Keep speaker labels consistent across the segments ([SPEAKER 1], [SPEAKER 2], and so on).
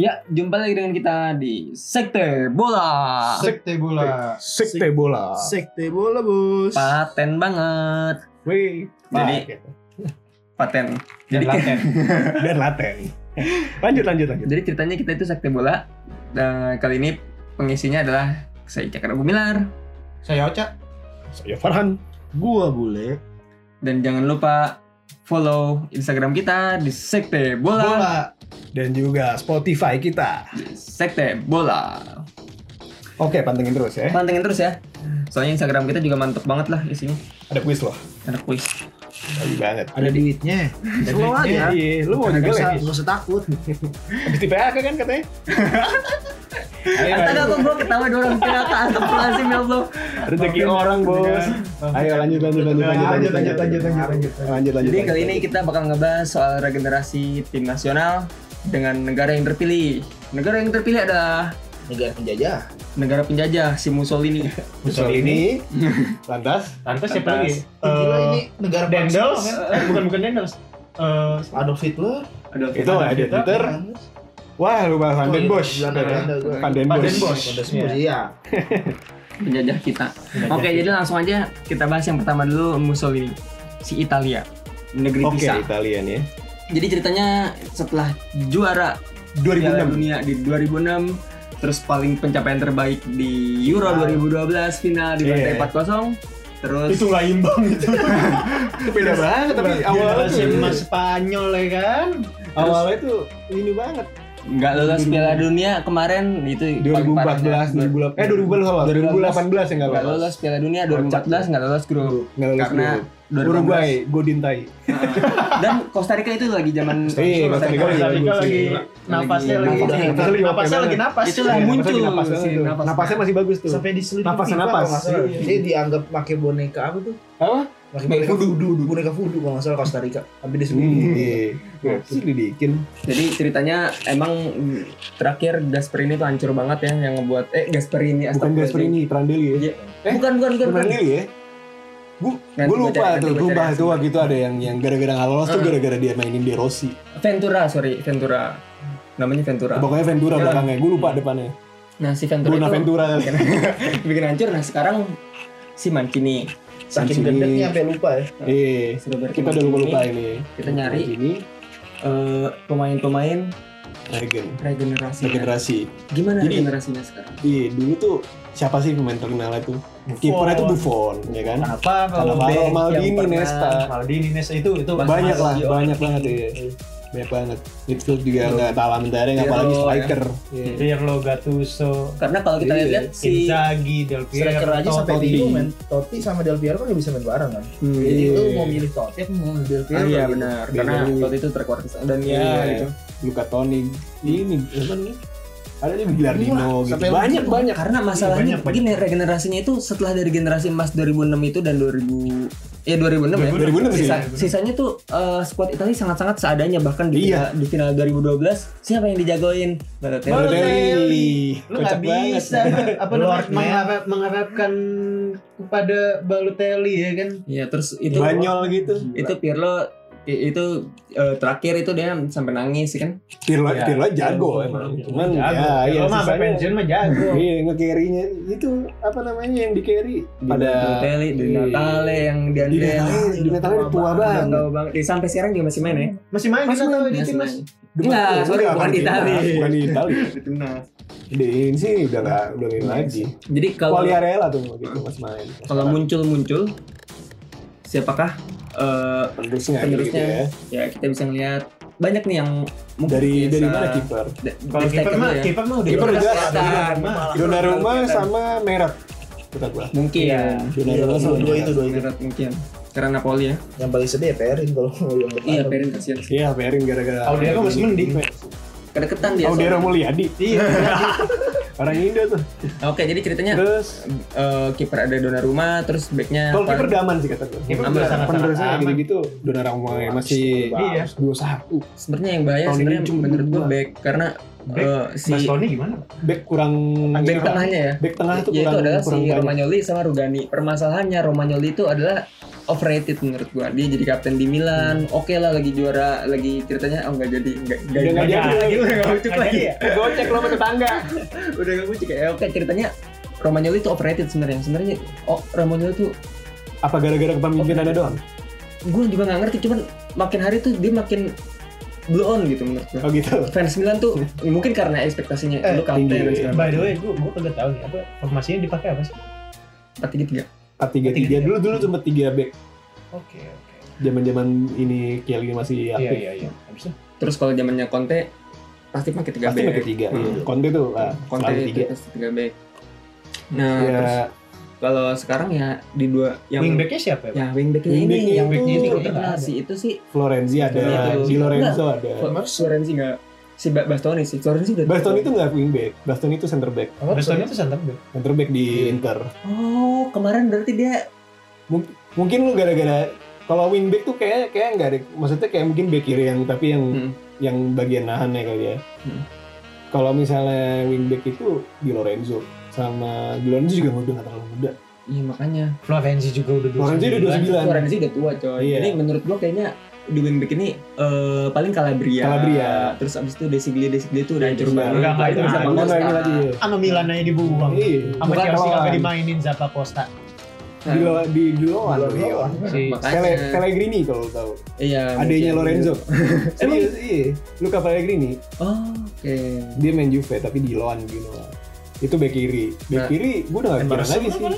[SPEAKER 1] Ya, jumpa lagi dengan kita di Sekte Bola.
[SPEAKER 2] Sekte bola.
[SPEAKER 3] Sekte bola.
[SPEAKER 2] Sekte bola, Bos.
[SPEAKER 1] Paten banget.
[SPEAKER 3] Wih, gitu.
[SPEAKER 1] Jadi- Paten.
[SPEAKER 2] jadi
[SPEAKER 1] Jadi
[SPEAKER 2] laten.
[SPEAKER 3] dan laten. Lanjut lanjut lanjut.
[SPEAKER 1] Jadi ceritanya kita itu Sekte Bola. Dan kali ini pengisinya adalah saya Cakra Gumilar.
[SPEAKER 2] Saya Oca.
[SPEAKER 3] Saya Farhan.
[SPEAKER 2] Gua bule.
[SPEAKER 1] Dan jangan lupa follow Instagram kita di Sekte Bola.
[SPEAKER 3] Dan juga Spotify kita.
[SPEAKER 1] Di Sekte Bola.
[SPEAKER 3] Oke, pantengin terus ya.
[SPEAKER 1] Pantengin terus ya. Soalnya Instagram kita juga mantep banget lah isinya.
[SPEAKER 3] Ada kuis loh.
[SPEAKER 1] Ada kuis.
[SPEAKER 3] Lagi banget.
[SPEAKER 4] ada duitnya ada
[SPEAKER 2] Slow
[SPEAKER 4] duitnya
[SPEAKER 2] aja.
[SPEAKER 3] Iya, lu mau
[SPEAKER 4] nggak
[SPEAKER 3] juga
[SPEAKER 4] usah
[SPEAKER 3] lagi.
[SPEAKER 4] nggak usah takut
[SPEAKER 3] Habis di PHK kan katanya. Ayo,
[SPEAKER 1] Tadi
[SPEAKER 3] ayo.
[SPEAKER 1] aku gue ketawa dua orang ternyata Astagfirullahaladzim ya Allah.
[SPEAKER 3] Rezeki orang, Bos. Ayo lanjut lanjut lanjut lanjut
[SPEAKER 2] Lanjut, lanjut, lanjut, lanjut, lanjut.
[SPEAKER 3] Lanjut lanjut.
[SPEAKER 1] Jadi kali ini kita bakal ngebahas soal regenerasi tim nasional dengan negara yang terpilih. Negara yang terpilih adalah
[SPEAKER 4] negara penjajah
[SPEAKER 1] negara penjajah si Mussolini.
[SPEAKER 3] Soal ini lantas
[SPEAKER 5] Lantas siapa lagi?
[SPEAKER 4] gila
[SPEAKER 5] Eh,
[SPEAKER 4] ini negara
[SPEAKER 5] Dendels?
[SPEAKER 4] bangsa,
[SPEAKER 5] Eh, bukan bukan Dendels. Eh,
[SPEAKER 4] kan? Adolf Hitler Iya, kan?
[SPEAKER 5] ada
[SPEAKER 3] itu ada Twitter. Wah, lu bahas
[SPEAKER 4] Oh,
[SPEAKER 3] Van Den Bosch. Van Den
[SPEAKER 5] Van
[SPEAKER 3] Bosch.
[SPEAKER 5] Den Bosch.
[SPEAKER 4] iya
[SPEAKER 1] penjajah kita. Oke, jadi langsung aja kita bahas yang pertama dulu Mussolini si Italia negeri
[SPEAKER 3] Oke,
[SPEAKER 1] Pisa.
[SPEAKER 3] Italian ya.
[SPEAKER 1] Jadi ceritanya setelah juara Piala
[SPEAKER 3] 2006.
[SPEAKER 1] Dunia di 2006 terus paling pencapaian terbaik di Euro 2012 final di
[SPEAKER 3] Iya.
[SPEAKER 1] lantai 4-0 terus
[SPEAKER 5] Itu nggak imbang gitu.
[SPEAKER 3] Itu beda banget tapi awalnya
[SPEAKER 5] Generasi
[SPEAKER 3] tuh
[SPEAKER 5] emas Spanyol ya kan.
[SPEAKER 3] awalnya tuh ini banget
[SPEAKER 1] nggak lolos Piala Dunia kemarin itu paling ya. parahnya.
[SPEAKER 3] 2014 2018 eh 2018 awal 2018 ya nggak
[SPEAKER 1] nggak
[SPEAKER 3] lolos
[SPEAKER 1] lolos Piala Dunia 2014 nggak lolos grup
[SPEAKER 3] nggak lolos
[SPEAKER 1] karena
[SPEAKER 3] dulu. Uruguay Godintai
[SPEAKER 1] Ah. dan Costa Rica itu lagi zaman
[SPEAKER 3] Iya, Costa Rica
[SPEAKER 5] Costa Rica lagi
[SPEAKER 3] Gila.
[SPEAKER 5] nafasnya
[SPEAKER 1] Lagi-
[SPEAKER 5] lagi
[SPEAKER 1] nafasnya
[SPEAKER 3] lagi-
[SPEAKER 5] nafasnya nafasnya lagi nafas.
[SPEAKER 1] itu lagi
[SPEAKER 3] Iya,
[SPEAKER 1] muncul
[SPEAKER 3] nafasnya nafas
[SPEAKER 1] si
[SPEAKER 3] tuh.
[SPEAKER 1] nafas.
[SPEAKER 3] napasnya masih bagus tuh
[SPEAKER 4] sampai diselidikin
[SPEAKER 3] Napas, napas. Iya.
[SPEAKER 4] dia dianggap pakai boneka apa tuh
[SPEAKER 3] apa
[SPEAKER 4] pakai boneka voodoo boneka voodoo kalau nggak salah Costa Rica sampai diselidikin
[SPEAKER 3] Iya. Nah, sih didikin
[SPEAKER 1] jadi ceritanya emang mm, terakhir Gasperini itu hancur banget ya yang ngebuat eh Gasperini
[SPEAKER 3] bukan
[SPEAKER 1] astagfirullahaladzim.
[SPEAKER 3] Gasperini Prandelli ya
[SPEAKER 1] Iya.
[SPEAKER 3] Eh,
[SPEAKER 1] bukan bukan bukan, bukan.
[SPEAKER 3] Prandelli ya
[SPEAKER 1] Nanti
[SPEAKER 3] gue
[SPEAKER 1] gua cari-
[SPEAKER 3] lupa
[SPEAKER 1] nanti
[SPEAKER 3] tuh
[SPEAKER 1] gua
[SPEAKER 3] gue
[SPEAKER 1] cari
[SPEAKER 3] bahas
[SPEAKER 1] langsung.
[SPEAKER 3] tuh waktu itu ada yang yang gara-gara nggak lolos tuh gara-gara dia mainin De Rossi
[SPEAKER 1] Ventura sorry Ventura namanya Ventura
[SPEAKER 3] pokoknya Ventura
[SPEAKER 1] Iya.
[SPEAKER 3] belakangnya gue lupa depannya
[SPEAKER 1] nah si Ventura
[SPEAKER 3] Bruna
[SPEAKER 1] itu
[SPEAKER 3] Ventura
[SPEAKER 1] bikin, bikin hancur nah sekarang si Mancini
[SPEAKER 4] saking
[SPEAKER 3] Sini.
[SPEAKER 4] gendengnya sampai lupa ya
[SPEAKER 3] iya
[SPEAKER 1] si Roberto
[SPEAKER 3] kita udah
[SPEAKER 1] Mancini.
[SPEAKER 3] lupa-lupa ini
[SPEAKER 1] kita nyari
[SPEAKER 3] ini
[SPEAKER 1] eh, pemain-pemain
[SPEAKER 3] Regen
[SPEAKER 1] regenerasi.
[SPEAKER 5] Iya.
[SPEAKER 3] regenerasi
[SPEAKER 1] Gimana
[SPEAKER 3] Jadi-
[SPEAKER 1] regenerasinya sekarang?
[SPEAKER 3] Iya, dulu tuh siapa sih pemain terkenal itu? Kipernya tuh Buffon, ya kan?
[SPEAKER 5] Kenapa kalau
[SPEAKER 3] Cannavaro,
[SPEAKER 5] back yang
[SPEAKER 3] Maldini,
[SPEAKER 5] pernah-
[SPEAKER 3] Nesta.
[SPEAKER 5] Maldini Nesta itu itu
[SPEAKER 3] Banyak lah,
[SPEAKER 5] masih-
[SPEAKER 3] banyak banget ya.
[SPEAKER 5] Iya.
[SPEAKER 3] Banyak banget. Midfield juga nggak talentanya, nggak
[SPEAKER 1] Pirlo,
[SPEAKER 5] oh,
[SPEAKER 3] apalagi
[SPEAKER 5] ya.
[SPEAKER 3] striker. Iya.
[SPEAKER 5] Pirlo, Gattuso,
[SPEAKER 1] Karena kalau kita
[SPEAKER 3] Iya.
[SPEAKER 1] lihat si
[SPEAKER 5] Inzaghi, Del Piero,
[SPEAKER 4] striker aja sampai
[SPEAKER 3] Totti.
[SPEAKER 4] bingung men Totti sama Del Piero kan nggak bisa main bareng kan
[SPEAKER 1] Hmm,
[SPEAKER 4] jadi
[SPEAKER 3] Iya.
[SPEAKER 4] lu mau milih Totti apa mau milih Del
[SPEAKER 1] Ah,
[SPEAKER 4] Piero
[SPEAKER 1] iya
[SPEAKER 4] gitu.
[SPEAKER 1] benar. Karena
[SPEAKER 3] Bingung.
[SPEAKER 1] waktu itu terkuartis dan ya
[SPEAKER 3] Iya.
[SPEAKER 1] gitu.
[SPEAKER 3] Luka Toni, ini apa nih? Ada nih
[SPEAKER 5] Iya,
[SPEAKER 3] Bilardino
[SPEAKER 4] Wah,
[SPEAKER 3] gitu.
[SPEAKER 4] sampai-
[SPEAKER 3] Banyak banyak.
[SPEAKER 1] Karena masalahnya
[SPEAKER 5] banyak, banyak.
[SPEAKER 1] gini regenerasinya itu setelah dari generasi emas 2006 itu dan 2000 ya 2006 ya.
[SPEAKER 3] 2006 sih.
[SPEAKER 1] Sisa- sisanya tuh eh, squad Italia sangat-sangat seadanya bahkan di,
[SPEAKER 3] Iya.
[SPEAKER 1] di final 2012 siapa yang dijagoin? Balotelli.
[SPEAKER 3] Balotelli.
[SPEAKER 5] lu nggak
[SPEAKER 3] Kocak banget.
[SPEAKER 5] bisa apa namanya
[SPEAKER 4] Lord, man.
[SPEAKER 5] mengharap, mengharapkan kepada Balotelli ya kan
[SPEAKER 1] Iya, terus itu
[SPEAKER 3] Banyol gitu.
[SPEAKER 1] itu Pirlo i- itu eh, terakhir itu dia sampai nangis kan.
[SPEAKER 3] Pirlo,
[SPEAKER 1] Iya.
[SPEAKER 3] Pirlo jago emang. Cuman ya, ya
[SPEAKER 5] mah sampai
[SPEAKER 3] sisanya.
[SPEAKER 5] pensiun mah jago
[SPEAKER 3] Iya, nge-carry-nya itu apa namanya yang di-carry pada
[SPEAKER 1] Balotelli, Di Natale yang di
[SPEAKER 3] Di
[SPEAKER 1] Andrea.
[SPEAKER 3] Natale, di Natale udah tua banget.
[SPEAKER 1] Enggak bang, Eh, sampai sekarang dia masih main ya?
[SPEAKER 5] masih main
[SPEAKER 3] Masih
[SPEAKER 5] kan atau
[SPEAKER 3] main,
[SPEAKER 5] di
[SPEAKER 1] Masih
[SPEAKER 5] timnas
[SPEAKER 1] main. Enggak, sorry, bukan di Itali.
[SPEAKER 3] Bukan di Itali.
[SPEAKER 5] di timnas
[SPEAKER 3] Di ini sih udah nggak udah main lagi.
[SPEAKER 1] Jadi Iya, kalau
[SPEAKER 3] Kualiarela tuh waktu itu mas main.
[SPEAKER 1] kalau muncul-muncul siapakah eh,
[SPEAKER 3] penerusnya, gitu
[SPEAKER 1] penerusnya?
[SPEAKER 3] ya.
[SPEAKER 1] ya kita bisa ngelihat banyak nih yang mungkin
[SPEAKER 3] Dari
[SPEAKER 1] bisa- Ah,
[SPEAKER 3] dari mana kiper?
[SPEAKER 1] da-
[SPEAKER 5] kalau
[SPEAKER 1] dari
[SPEAKER 5] kiper
[SPEAKER 1] striker
[SPEAKER 5] mah
[SPEAKER 1] dulu ya.
[SPEAKER 5] kiper mah udah
[SPEAKER 3] Kiper udah jelas.
[SPEAKER 1] Selatan.
[SPEAKER 3] Donnarumma sama Merah. Kata gua.
[SPEAKER 1] mungkin
[SPEAKER 3] Iya.
[SPEAKER 1] ya.
[SPEAKER 3] Donnarumma sama
[SPEAKER 4] Dua
[SPEAKER 3] Merah.
[SPEAKER 4] itu dua itu
[SPEAKER 1] Merat mungkin karena Napoli ya.
[SPEAKER 4] yang paling sedih ya Perin kalau yang depan.
[SPEAKER 1] Iya, Perin kasihan.
[SPEAKER 3] Iya, Perin gara-gara.
[SPEAKER 1] kan
[SPEAKER 5] Audero masih mending.
[SPEAKER 1] Kedeketan dia.
[SPEAKER 3] Audero
[SPEAKER 1] soalnya.
[SPEAKER 3] Mulyadi.
[SPEAKER 5] iya
[SPEAKER 3] Orang Indo tuh.
[SPEAKER 1] Oke, jadi ceritanya
[SPEAKER 3] Terus
[SPEAKER 1] eh, kiper ada Donnarumma, terus backnya
[SPEAKER 3] kalau kiper
[SPEAKER 1] apa?
[SPEAKER 3] daman sih kata gua.
[SPEAKER 5] Kiper
[SPEAKER 1] udah
[SPEAKER 5] sangat-sangat
[SPEAKER 3] penerusnya
[SPEAKER 5] aman.
[SPEAKER 3] gitu-gitu Donnarumma yang masih
[SPEAKER 5] Iya.
[SPEAKER 3] 21.
[SPEAKER 1] sebenarnya yang bahaya
[SPEAKER 3] Tahun
[SPEAKER 1] sebenarnya
[SPEAKER 3] ini cuma
[SPEAKER 1] menurut gue
[SPEAKER 3] dua.
[SPEAKER 1] back karena eh, si
[SPEAKER 5] Bastoni gimana? Pak?
[SPEAKER 3] Back kurang
[SPEAKER 1] back tengahnya ya.
[SPEAKER 3] Back tengah Ah, itu
[SPEAKER 1] yaitu
[SPEAKER 3] kurang
[SPEAKER 1] adalah
[SPEAKER 3] kurang
[SPEAKER 1] si
[SPEAKER 3] banyak.
[SPEAKER 1] Romagnoli sama Rugani. Permasalahannya Romagnoli itu adalah overrated menurut gua. Dia jadi kapten di Milan, oke lah lagi juara, lagi ceritanya oh nggak jadi nggak nggak
[SPEAKER 3] Udah Hmm. nggak
[SPEAKER 1] nggak
[SPEAKER 3] jadi
[SPEAKER 1] lagi, udah nggak lucu
[SPEAKER 5] Nggak
[SPEAKER 1] lagi.
[SPEAKER 5] jadi ya?
[SPEAKER 1] Iya. Gocek lo sama tetangga. udah nggak lucu kayak oke ceritanya Romagnoli itu overrated sebenarnya. Sebenarnya oh Romagnoli tuh
[SPEAKER 3] Apa gara-gara kepemimpinannya doang?
[SPEAKER 1] gua juga nggak ngerti cuman makin hari tuh dia makin blow on gitu menurut gua.
[SPEAKER 3] Oh gitu.
[SPEAKER 1] Fans Milan tuh ya, mungkin karena ekspektasinya
[SPEAKER 5] Eh,
[SPEAKER 1] lu kapten
[SPEAKER 3] tinggi.
[SPEAKER 1] dan segala
[SPEAKER 5] By the way, gue gue kagak tahu nih apa formasinya dipakai apa sih?
[SPEAKER 1] macam. 4-3-3.
[SPEAKER 3] 4-3-3 dulu dulu cuma 3 back.
[SPEAKER 5] Oke oke.
[SPEAKER 3] Zaman-zaman ini Kelly masih
[SPEAKER 5] Iya
[SPEAKER 3] aktif.
[SPEAKER 5] iya iya. Habis itu?
[SPEAKER 1] Terus kalau zamannya Conte pasti pakai 3
[SPEAKER 3] Pasti pakai 3.
[SPEAKER 1] Hmm.
[SPEAKER 3] Konte tuh ah,
[SPEAKER 1] Conte
[SPEAKER 3] selalu
[SPEAKER 1] itu
[SPEAKER 3] 3.
[SPEAKER 1] pasti 3 back. Nah,
[SPEAKER 3] Ya,
[SPEAKER 1] terus kalau sekarang ya di dua yang
[SPEAKER 5] Wingbacknya siapa ya? Pak?
[SPEAKER 1] ya wingbacknya
[SPEAKER 3] Wingback
[SPEAKER 1] ini yang
[SPEAKER 5] yang
[SPEAKER 1] itu
[SPEAKER 5] itu
[SPEAKER 1] nah,
[SPEAKER 5] nggak ada.
[SPEAKER 1] si itu sih
[SPEAKER 3] Eh, Florenzi ada,
[SPEAKER 1] Itu.
[SPEAKER 3] Di Lorenzo ada.
[SPEAKER 1] Florenzi nggak si Ba- Bastoni sih Florenzi udah
[SPEAKER 3] Bastoni itu nggak wing back, Bastoni itu center back,
[SPEAKER 5] Apa? Bastoni itu santam back.
[SPEAKER 3] center back
[SPEAKER 1] Iya.
[SPEAKER 3] di Inter.
[SPEAKER 1] oh kemarin berarti dia
[SPEAKER 3] Mungkin lu gara-gara kalau wing back tuh kayak kayak nggak ada, maksudnya kayak mungkin back kiri yang tapi yang
[SPEAKER 1] Hmm.
[SPEAKER 3] yang bagian nahannya kali ya.
[SPEAKER 1] Hmm.
[SPEAKER 3] Kalau misalnya wing back itu Di Lorenzo sama Di Lorenzo juga udah nggak terlalu muda.
[SPEAKER 1] iya makanya
[SPEAKER 5] Florenzi juga udah dua.
[SPEAKER 3] Florenzi udah
[SPEAKER 1] Florenzi udah tua coy
[SPEAKER 3] Iya.
[SPEAKER 1] jadi menurut gua kayaknya di wingback ini eh, paling Calabria
[SPEAKER 3] Calabria.
[SPEAKER 1] terus abis itu Desigli Desigli itu udah hancur
[SPEAKER 3] Desigli.
[SPEAKER 1] banget
[SPEAKER 5] Enggak, enggak, itu
[SPEAKER 1] Itu
[SPEAKER 5] bisa
[SPEAKER 1] sama
[SPEAKER 3] 9. Nah,
[SPEAKER 1] Costa.
[SPEAKER 3] ini Iya. lagi.
[SPEAKER 5] Sama Milan aja dibuang.
[SPEAKER 3] Iya.
[SPEAKER 5] Sama
[SPEAKER 1] Bukan
[SPEAKER 5] Chelsea
[SPEAKER 3] lawan.
[SPEAKER 5] kagak dimainin Zappa Costa.
[SPEAKER 1] Nah,
[SPEAKER 3] Di lo- di di lawan.
[SPEAKER 4] Di lawan.
[SPEAKER 1] Iya.
[SPEAKER 5] Si
[SPEAKER 1] makanya
[SPEAKER 3] Pele- Pellegrini kalau lu tahu.
[SPEAKER 1] iya
[SPEAKER 3] Adanya
[SPEAKER 1] mungkin.
[SPEAKER 3] Lorenzo.
[SPEAKER 1] Emang?
[SPEAKER 3] Serius, iya. Luka Pellegrini
[SPEAKER 1] oh oke
[SPEAKER 3] dia main Juve tapi di lawan Genoa itu back kiri back
[SPEAKER 1] Nah,
[SPEAKER 3] kiri gue udah gak pikiran
[SPEAKER 5] Emerson
[SPEAKER 3] lagi sih
[SPEAKER 5] apa?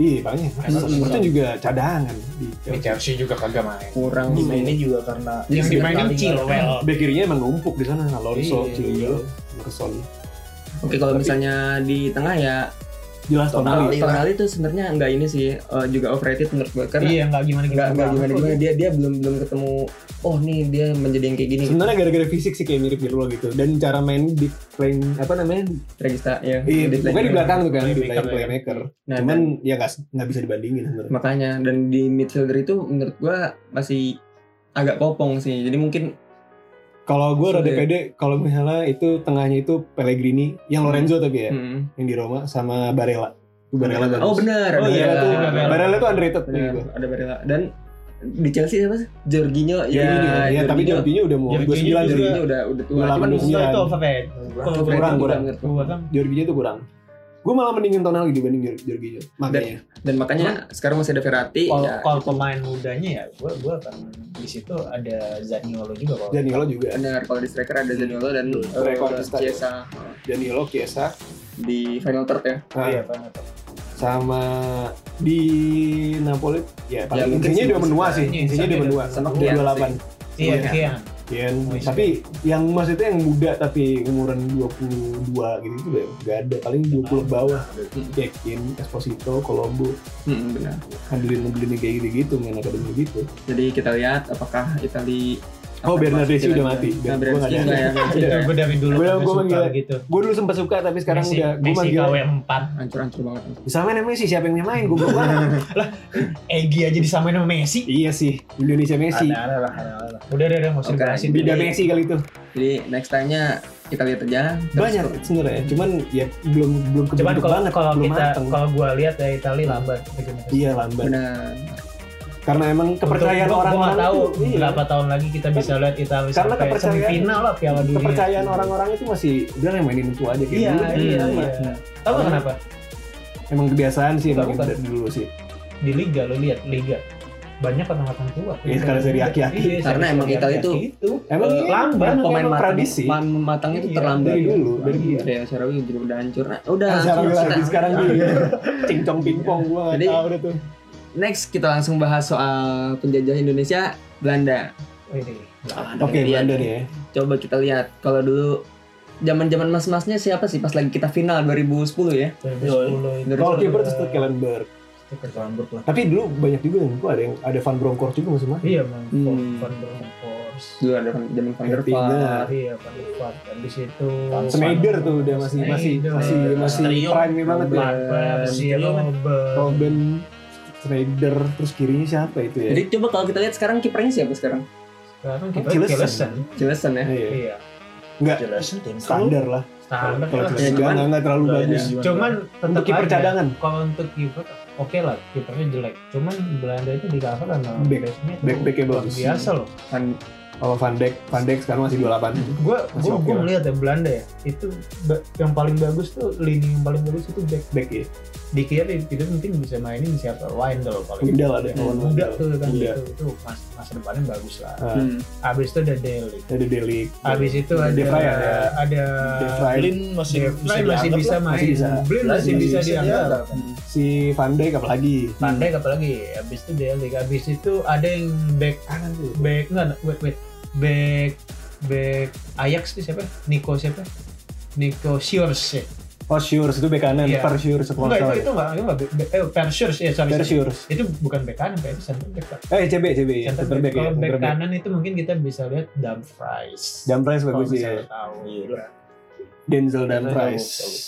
[SPEAKER 3] iya banyak
[SPEAKER 5] Emerson.
[SPEAKER 3] Emerson juga cadangan di
[SPEAKER 4] Di Chelsea juga kagak main. Iya,
[SPEAKER 1] kurang
[SPEAKER 4] Dimainnya juga karena
[SPEAKER 1] Yang
[SPEAKER 4] Dia
[SPEAKER 1] dimainin
[SPEAKER 4] paling nggak-
[SPEAKER 5] Chilwell.
[SPEAKER 3] back kirinya emang numpuk di sana Alonso
[SPEAKER 4] Iya.
[SPEAKER 3] Cilio Emerson
[SPEAKER 1] Oke kalau
[SPEAKER 3] Tapi-
[SPEAKER 1] misalnya di tengah ya
[SPEAKER 3] jelas Tonali
[SPEAKER 4] Tonali. lah.
[SPEAKER 1] Tonali itu sebenarnya nggak ini sih eh, juga overrated menurut gue karena
[SPEAKER 5] Iya, enggak gimana
[SPEAKER 1] nggak
[SPEAKER 5] gimana.
[SPEAKER 1] nggak gimana gimana dia dia belum belum ketemu oh nih dia menjadi yang kayak gini
[SPEAKER 3] sebenarnya gara-gara fisik sih kayak mirip Pirlo gitu dan cara main di playing apa namanya
[SPEAKER 1] regista ya Jadi
[SPEAKER 3] iya bukan di
[SPEAKER 1] playmaker.
[SPEAKER 3] belakang tuh kan di
[SPEAKER 5] Playmaker,
[SPEAKER 3] belakang playmaker
[SPEAKER 1] nah,
[SPEAKER 3] cuman
[SPEAKER 1] dan-
[SPEAKER 3] ya nggak nggak bisa dibandingin sebenarnya
[SPEAKER 1] Gitu. makanya dan di midfielder itu menurut gue masih agak kopong sih jadi mungkin
[SPEAKER 3] kalau gue rada
[SPEAKER 1] Iya.
[SPEAKER 3] pede kalau misalnya itu tengahnya itu Pellegrini yang Lorenzo tapi ya
[SPEAKER 1] hmm.
[SPEAKER 3] yang di Roma sama Barella itu Barella bagus
[SPEAKER 1] oh benar
[SPEAKER 3] Oh
[SPEAKER 1] ada
[SPEAKER 3] iya,
[SPEAKER 1] Barella.
[SPEAKER 3] tuh
[SPEAKER 5] Barella.
[SPEAKER 3] Barella tuh underrated
[SPEAKER 1] Benar,
[SPEAKER 3] menurut gua.
[SPEAKER 1] ada Barella dan di Chelsea siapa sih Jorginho
[SPEAKER 3] Ya, ya, tapi Jorginho udah mau 29
[SPEAKER 5] Jorginho juga.
[SPEAKER 1] Jorginho
[SPEAKER 3] Jorginho.
[SPEAKER 1] udah udah tua
[SPEAKER 3] Delapan,
[SPEAKER 1] cuman
[SPEAKER 3] dua sembilan.
[SPEAKER 5] Enggak itu overrated.
[SPEAKER 1] overrated
[SPEAKER 4] Iya.
[SPEAKER 3] Kurang,
[SPEAKER 1] juga
[SPEAKER 3] kurang.
[SPEAKER 1] menurut gua.
[SPEAKER 5] Gua kan
[SPEAKER 3] Jorginho tuh kurang. Gue malah mendingin Tonali dibanding Jor- Jorginho. Makanya.
[SPEAKER 1] dan makanya sekarang masih ada Verratti
[SPEAKER 5] kalau
[SPEAKER 3] Iya.
[SPEAKER 1] ya,
[SPEAKER 5] kalau pemain mudanya ya gua gua akan di situ ada Zaniolo juga kalau
[SPEAKER 3] Janiolo juga.
[SPEAKER 1] benar kalau di striker ada Zaniolo dan eh,
[SPEAKER 3] Striker Costa.
[SPEAKER 1] Chiesa eh,
[SPEAKER 3] Janiolo, Chiesa,
[SPEAKER 1] di final third ya.
[SPEAKER 3] nah,
[SPEAKER 5] iya banget
[SPEAKER 3] sama di Napoli. Ya,
[SPEAKER 1] Ya,
[SPEAKER 3] paling
[SPEAKER 1] mungkin
[SPEAKER 3] intinya
[SPEAKER 1] sih,
[SPEAKER 3] udah menua sih.
[SPEAKER 5] iya,
[SPEAKER 3] Intinya
[SPEAKER 5] sama
[SPEAKER 3] udah
[SPEAKER 5] dia.
[SPEAKER 3] menua.
[SPEAKER 1] Sama
[SPEAKER 3] Dua-
[SPEAKER 1] Kian
[SPEAKER 3] 28.
[SPEAKER 5] iya
[SPEAKER 3] Iya.
[SPEAKER 5] iya
[SPEAKER 3] Kian.
[SPEAKER 5] Oh, iya.
[SPEAKER 3] Tapi yang maksudnya yang muda tapi umuran 22 gitu tuh gak ada. Paling 20 ke bawah. Yakin, Esposito, Colombo.
[SPEAKER 1] Hmm, benar.
[SPEAKER 3] Ngandelin-ngandelin kayak gitu-gitu. Main akademi gitu.
[SPEAKER 1] Jadi kita lihat apakah Itali
[SPEAKER 3] Oh,
[SPEAKER 1] apakah
[SPEAKER 3] Bernardeschi
[SPEAKER 1] masih
[SPEAKER 3] udah
[SPEAKER 1] jalan-
[SPEAKER 3] mati.
[SPEAKER 1] Nah,
[SPEAKER 3] Dan gua
[SPEAKER 1] Bernardeschi
[SPEAKER 3] nggak
[SPEAKER 1] enggak ya,
[SPEAKER 5] itu
[SPEAKER 1] enggak ya.
[SPEAKER 5] gue dari dulu
[SPEAKER 3] Gua-
[SPEAKER 5] kagak
[SPEAKER 3] gua
[SPEAKER 5] suka
[SPEAKER 3] manggil-
[SPEAKER 5] gitu
[SPEAKER 3] gue dulu sempat suka tapi sekarang
[SPEAKER 5] Messi,
[SPEAKER 3] udah gue
[SPEAKER 5] Messi
[SPEAKER 3] manggil
[SPEAKER 5] KW 4
[SPEAKER 1] Hancur-hancur banget.
[SPEAKER 3] misalnya Messi siapa yang main gue bilang
[SPEAKER 5] Egi aja disamain sama Messi Nah,
[SPEAKER 3] iya sih Indonesia Messi
[SPEAKER 4] Aneh-aneh lah, aneh-aneh lah.
[SPEAKER 5] udah udah udah nggak usah
[SPEAKER 1] Oke.
[SPEAKER 5] dibahas itu.
[SPEAKER 3] beda Messi kali itu
[SPEAKER 1] Jadi next time-nya kita lihat aja. Terus
[SPEAKER 3] banyak sebenarnya cuman ya belum belum
[SPEAKER 5] cuman
[SPEAKER 3] kebentuk
[SPEAKER 5] kalau
[SPEAKER 3] banget
[SPEAKER 5] kalau
[SPEAKER 3] belum
[SPEAKER 5] kita
[SPEAKER 3] mateng.
[SPEAKER 5] kalau gue lihat ya Itali lambat bikinnya.
[SPEAKER 3] iya lambat
[SPEAKER 1] Benar.
[SPEAKER 3] karena emang kepercayaan
[SPEAKER 5] Untuk- untuk
[SPEAKER 3] orang-orang
[SPEAKER 5] gua nggak tahu
[SPEAKER 3] itu, iya.
[SPEAKER 5] berapa tahun lagi kita bisa lihat Itali
[SPEAKER 3] Karena
[SPEAKER 5] sampai
[SPEAKER 3] kepercayaan-
[SPEAKER 5] semifinal lah Piala Dunia
[SPEAKER 3] kepercayaan orang-orang itu masih udah lah mainin itu aja kayak
[SPEAKER 5] iya
[SPEAKER 3] dulu
[SPEAKER 5] iya
[SPEAKER 3] Emang-
[SPEAKER 5] iya tahu nggak kenapa
[SPEAKER 3] emang kebiasaan sih
[SPEAKER 5] Bukan,
[SPEAKER 3] emang
[SPEAKER 5] bukan.
[SPEAKER 3] dari dulu sih
[SPEAKER 5] di liga lo lihat liga banyak orang-orang tua
[SPEAKER 3] Iya, sekarang seri aki-aki.
[SPEAKER 5] Iya,
[SPEAKER 1] Karena
[SPEAKER 5] seri
[SPEAKER 1] emang
[SPEAKER 5] seri
[SPEAKER 1] Itali
[SPEAKER 5] aki-aki
[SPEAKER 1] tuh
[SPEAKER 5] itu
[SPEAKER 3] emang
[SPEAKER 1] Eh,
[SPEAKER 3] iya,
[SPEAKER 5] lambat,
[SPEAKER 3] emang
[SPEAKER 1] pemain matang,
[SPEAKER 3] tradisi
[SPEAKER 1] pemain matang itu
[SPEAKER 5] Iya,
[SPEAKER 1] terlambat.
[SPEAKER 3] dari dulu dari dulu
[SPEAKER 1] Iya, Syarawi juga udah hancur. Nah, udah
[SPEAKER 3] Nah,
[SPEAKER 1] langsung
[SPEAKER 3] sekarang lagi
[SPEAKER 1] kita-
[SPEAKER 3] sekarang dia cincong pingpong gua nggak
[SPEAKER 1] Jadi-
[SPEAKER 3] tahu deh tuh
[SPEAKER 1] Next kita langsung bahas soal penjajah Indonesia Belanda.
[SPEAKER 5] ini
[SPEAKER 1] Ah,
[SPEAKER 3] oke
[SPEAKER 1] Kita lihat.
[SPEAKER 3] Ah, Belanda nih ya
[SPEAKER 1] Coba kita lihat kalau dulu zaman-zaman mas-masnya siapa sih pas lagi kita final 2010 ya?
[SPEAKER 5] 2010 itu
[SPEAKER 3] kalau kiper terus Kellenberg
[SPEAKER 4] Kelamburg lah.
[SPEAKER 3] Tapi dulu banyak juga yang gua ada yang ada Van Bronckhorst juga masuk masuk.
[SPEAKER 5] iya man
[SPEAKER 1] Hmm.
[SPEAKER 5] Van Bronckhorst
[SPEAKER 3] Iya.
[SPEAKER 1] Dulu ada zaman Van der
[SPEAKER 3] Tiga.
[SPEAKER 1] Vaart,
[SPEAKER 5] iya Van der Vaart habis itu
[SPEAKER 4] Van
[SPEAKER 3] Schneider tuh udah masih
[SPEAKER 5] Schneider.
[SPEAKER 3] masih masih masih
[SPEAKER 4] Trio.
[SPEAKER 3] prime banget ya.
[SPEAKER 1] Robben.
[SPEAKER 5] Robert si Robert
[SPEAKER 3] Robben Schneider terus kirinya siapa itu ya?
[SPEAKER 5] Iya.
[SPEAKER 1] Jadi
[SPEAKER 3] Oh,
[SPEAKER 1] coba kalau kita lihat sekarang kipernya siapa sekarang?
[SPEAKER 5] sekarang kita
[SPEAKER 3] Cilesen.
[SPEAKER 5] Cilesen
[SPEAKER 1] Jelasan ya.
[SPEAKER 3] Iya.
[SPEAKER 5] iya
[SPEAKER 3] Enggak.
[SPEAKER 5] jelas tim
[SPEAKER 3] standar lah.
[SPEAKER 5] standar Iya,
[SPEAKER 3] Kalau
[SPEAKER 5] lah.
[SPEAKER 3] kita enggak
[SPEAKER 1] cuman-
[SPEAKER 3] enggak- enggak terlalu
[SPEAKER 2] Nah,
[SPEAKER 3] bagus.
[SPEAKER 2] iya.
[SPEAKER 5] cuman
[SPEAKER 3] Untuk
[SPEAKER 5] ya. tetap
[SPEAKER 3] kiper
[SPEAKER 5] aja,
[SPEAKER 3] cadangan.
[SPEAKER 5] kalau untuk kiper oke lah kipernya jelek cuman Belanda itu di cover sama
[SPEAKER 3] Back-
[SPEAKER 5] backnya tuh
[SPEAKER 3] back-backnya
[SPEAKER 5] luar
[SPEAKER 3] bagus.
[SPEAKER 5] biasa loh
[SPEAKER 1] Van-
[SPEAKER 3] Kalau Van Dijk, Van Dijk sekarang masih 28.
[SPEAKER 5] gue
[SPEAKER 3] Masih
[SPEAKER 5] gue
[SPEAKER 3] oke
[SPEAKER 5] gue
[SPEAKER 3] lah.
[SPEAKER 5] melihat ya Belanda ya itu ba- yang paling bagus tuh lini yang paling bagus itu back
[SPEAKER 3] Back ya.
[SPEAKER 5] di kiri itu mungkin bisa mainin siapa Wijndal paling
[SPEAKER 3] Windal ada
[SPEAKER 5] Nah,
[SPEAKER 3] lawan
[SPEAKER 5] muda
[SPEAKER 3] Windal.
[SPEAKER 5] tuh kan
[SPEAKER 3] Muda.
[SPEAKER 5] itu, itu mas, masa depannya bagus lah
[SPEAKER 3] Ah, ya
[SPEAKER 1] Hmm.
[SPEAKER 5] abis itu ada Deli
[SPEAKER 3] Ada Deli.
[SPEAKER 5] abis itu
[SPEAKER 3] De
[SPEAKER 5] ada
[SPEAKER 3] Vrij ada.
[SPEAKER 5] ada
[SPEAKER 3] De Vrij.
[SPEAKER 4] Lin masih
[SPEAKER 5] De Vrij masih
[SPEAKER 4] dianggap
[SPEAKER 5] bisa
[SPEAKER 4] lah.
[SPEAKER 5] main
[SPEAKER 3] Masih bisa.
[SPEAKER 5] Blind
[SPEAKER 4] Masih
[SPEAKER 5] masih bisa
[SPEAKER 4] bisa
[SPEAKER 5] dianggap
[SPEAKER 4] dianggap.
[SPEAKER 3] Si Van Dijk apalagi.
[SPEAKER 5] Pandai apalagi abis itu Deli abis itu ada yang back
[SPEAKER 3] Kanan tuh.
[SPEAKER 5] back enggak wait wait back back Ajax tuh siapa Nico siapa Nico Siors ya
[SPEAKER 3] Oh, Shures itu bek kanan,
[SPEAKER 5] Iya.
[SPEAKER 3] Per Shures kalau nggak
[SPEAKER 5] Enggak,
[SPEAKER 3] salah.
[SPEAKER 5] itu, itu enggak, itu enggak, back- back- eh, Persius, ya, sorry.
[SPEAKER 3] Per
[SPEAKER 5] sorry.
[SPEAKER 3] Shures.
[SPEAKER 5] Itu bukan back kanan, kayak itu center back. Pak.
[SPEAKER 3] Eh, CB, CB ya.
[SPEAKER 5] Center
[SPEAKER 3] Center back
[SPEAKER 5] back.
[SPEAKER 3] ya.
[SPEAKER 5] Kalau back
[SPEAKER 3] Center back.
[SPEAKER 5] kanan itu mungkin kita bisa lihat Dumfries.
[SPEAKER 3] Dumfries
[SPEAKER 5] Kalau
[SPEAKER 3] bagus ya.
[SPEAKER 5] misalnya tahu. Iya.
[SPEAKER 3] Denzel
[SPEAKER 5] Denzel Oh,
[SPEAKER 3] Dumfries.
[SPEAKER 5] bagus.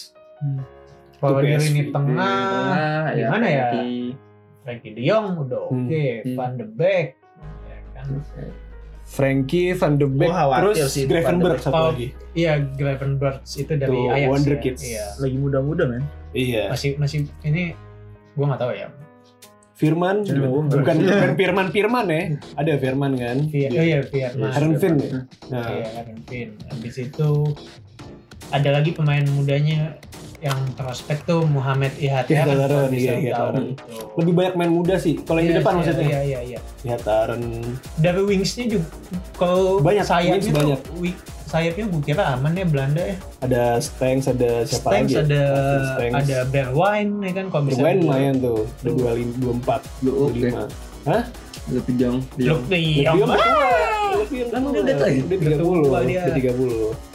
[SPEAKER 3] Itu
[SPEAKER 5] Kalau di
[SPEAKER 3] PSV.
[SPEAKER 5] lini
[SPEAKER 1] Nah,
[SPEAKER 5] tengah,
[SPEAKER 1] ya,
[SPEAKER 5] gimana ya?
[SPEAKER 1] Frankie.
[SPEAKER 5] Frankie De Jong udah
[SPEAKER 3] Hmm.
[SPEAKER 5] oke,
[SPEAKER 1] Hmm.
[SPEAKER 5] Van de Beek. ya kan.
[SPEAKER 3] Frankie Van de Beek,
[SPEAKER 4] Gua khawatir
[SPEAKER 3] terus
[SPEAKER 4] sih itu
[SPEAKER 3] Gravenberg
[SPEAKER 4] Van
[SPEAKER 3] satu
[SPEAKER 5] Oh,
[SPEAKER 3] lagi.
[SPEAKER 5] Iya, Gravenberch itu dari
[SPEAKER 3] Tuh,
[SPEAKER 5] Ajax.
[SPEAKER 3] Wonder
[SPEAKER 5] ya.
[SPEAKER 3] Kids.
[SPEAKER 5] Iya.
[SPEAKER 4] lagi muda-muda men
[SPEAKER 3] Iya.
[SPEAKER 5] Masih masih ini gua nggak tahu ya.
[SPEAKER 3] Firman,
[SPEAKER 1] Firman.
[SPEAKER 3] bukan bukan Firman Firman ya. Ada Firman kan.
[SPEAKER 5] Iya, oh iya, Vietnam.
[SPEAKER 3] Harvin ya. Nah,
[SPEAKER 5] Iya, Harvin. Habis itu ada lagi pemain mudanya yang prospek tuh Muhammad
[SPEAKER 3] Iya,
[SPEAKER 5] Ihatia.
[SPEAKER 3] Taran, iya, iya, Taran. lebih banyak main muda sih. Kalau yang di depan maksudnya.
[SPEAKER 5] gitu. Iya, iya, iya.
[SPEAKER 3] Ya Taran.
[SPEAKER 5] Dari wingsnya juga kalau
[SPEAKER 3] Banyak,
[SPEAKER 5] sayapnya
[SPEAKER 3] wings
[SPEAKER 5] tuh,
[SPEAKER 3] banyak.
[SPEAKER 5] wi- sayapnya gue kira aman ya Belanda ya.
[SPEAKER 3] Ada Stengs, ada siapa lagi?
[SPEAKER 5] Stengs
[SPEAKER 3] ya?
[SPEAKER 5] ada
[SPEAKER 3] Stengs.
[SPEAKER 5] ada Berwijn ya kan kalau misalnya
[SPEAKER 3] Berwain lumayan tuh. Ada 25, 24,
[SPEAKER 1] Lu oke.
[SPEAKER 3] 25.
[SPEAKER 1] Lu pijong, pijong.
[SPEAKER 5] Look Iya, di
[SPEAKER 3] Lebih
[SPEAKER 5] Yamba.
[SPEAKER 1] Kan udah tua ya?
[SPEAKER 3] Dia
[SPEAKER 5] Udah tua dia.
[SPEAKER 3] 30. Dia 30.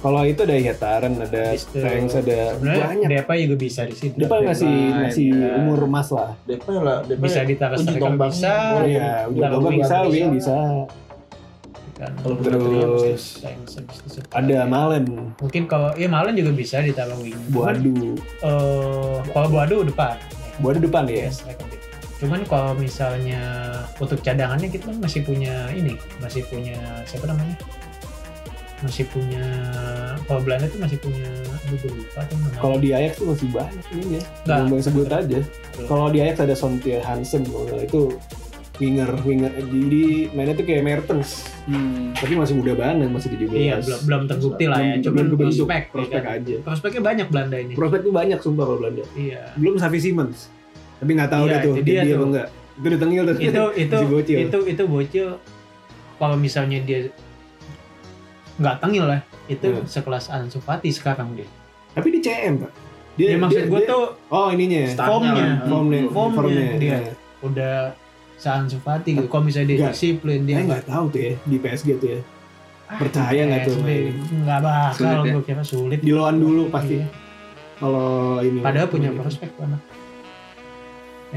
[SPEAKER 3] Kalau itu ada ya Taran, ada
[SPEAKER 5] Habis itu-
[SPEAKER 3] Stengs, ada
[SPEAKER 5] Sebenarnya
[SPEAKER 3] banyak.
[SPEAKER 5] Depa juga bisa di situ.
[SPEAKER 3] Depan masih
[SPEAKER 1] Depan,
[SPEAKER 3] masih
[SPEAKER 1] ya.
[SPEAKER 3] umur emas lah.
[SPEAKER 4] DP lah ya. DP
[SPEAKER 5] Bisa ditaruh
[SPEAKER 4] Uji
[SPEAKER 5] striker
[SPEAKER 4] tombak.
[SPEAKER 5] bisa.
[SPEAKER 3] Oh
[SPEAKER 4] Oh,
[SPEAKER 3] iya, udah
[SPEAKER 5] Kalau
[SPEAKER 3] lama
[SPEAKER 5] wing
[SPEAKER 3] bisa,
[SPEAKER 5] bisa.
[SPEAKER 3] wing bisa.
[SPEAKER 5] kan.
[SPEAKER 4] Kalau
[SPEAKER 3] Terus
[SPEAKER 5] Stengs, habis itu siapa
[SPEAKER 3] ada
[SPEAKER 5] lagi?
[SPEAKER 3] Malen,
[SPEAKER 5] mungkin kalau ya Malen juga bisa ditaruh wing. Cuman,
[SPEAKER 3] Buadu,
[SPEAKER 5] eh, kalau Boadu depan.
[SPEAKER 3] Buadu depan ya.
[SPEAKER 5] Ya, striker depan. Cuman kalau misalnya untuk cadangannya kita kan masih punya ini, masih punya siapa namanya? Masih punya kalau Belanda itu masih punya aduh, gue lupa tuh namanya.
[SPEAKER 3] Kalau di Ajax tuh masih banyak ini ya.
[SPEAKER 5] Nah.
[SPEAKER 3] Yang bang sebut aja. Kalau di Ajax ada Sontier Hansen, kalau nggak salah. itu winger, winger. Jadi mainnya tuh kayak Mertens,
[SPEAKER 1] Hmm.
[SPEAKER 3] tapi masih muda banget, masih di 17.
[SPEAKER 5] Iya, belum belum terbukti lah ya.
[SPEAKER 3] Belum-
[SPEAKER 5] Cuman
[SPEAKER 3] belum kebentuk.
[SPEAKER 5] prospek, ya
[SPEAKER 3] Prospek
[SPEAKER 5] kan?
[SPEAKER 3] aja.
[SPEAKER 5] Prospeknya banyak Belanda ini.
[SPEAKER 3] Prospek tuh banyak sumpah kalau Belanda.
[SPEAKER 5] Iya.
[SPEAKER 3] Belum Xavi Simons, tapi nggak tahu
[SPEAKER 5] Iya,
[SPEAKER 3] deh tuh
[SPEAKER 5] itu
[SPEAKER 3] dia,
[SPEAKER 5] dia
[SPEAKER 3] dia apa
[SPEAKER 5] tuh.
[SPEAKER 3] enggak. Itu ditengil tuh.
[SPEAKER 5] itu itu
[SPEAKER 3] Masih bocil.
[SPEAKER 5] itu itu bocil kalau misalnya dia nggak tengil lah itu
[SPEAKER 3] Hmm.
[SPEAKER 5] sekelas Ansu Fati sekarang dia.
[SPEAKER 3] tapi di CM pak.
[SPEAKER 5] Ya, maksud gue tuh
[SPEAKER 3] Oh ininya.
[SPEAKER 4] Startnya
[SPEAKER 5] formnya.
[SPEAKER 4] lah.
[SPEAKER 3] Formnya,
[SPEAKER 5] Hmm. Formnya dia.
[SPEAKER 3] Nah.
[SPEAKER 5] udah se Ansu Fati gitu. Kalau misalnya dia
[SPEAKER 3] Nggak.
[SPEAKER 5] disiplin dia
[SPEAKER 3] Dia nggak tahu tuh ya di PSG tuh ya. Percaya nggak tuh?
[SPEAKER 5] Eh,
[SPEAKER 3] main?
[SPEAKER 5] Nggak bakal
[SPEAKER 1] Sulit ya.
[SPEAKER 5] gue kira sulit.
[SPEAKER 3] Di lawan dulu pasti.
[SPEAKER 5] Iya.
[SPEAKER 3] Kalau ini.
[SPEAKER 5] Padahal punya
[SPEAKER 3] Ini.
[SPEAKER 5] prospek tuh anak.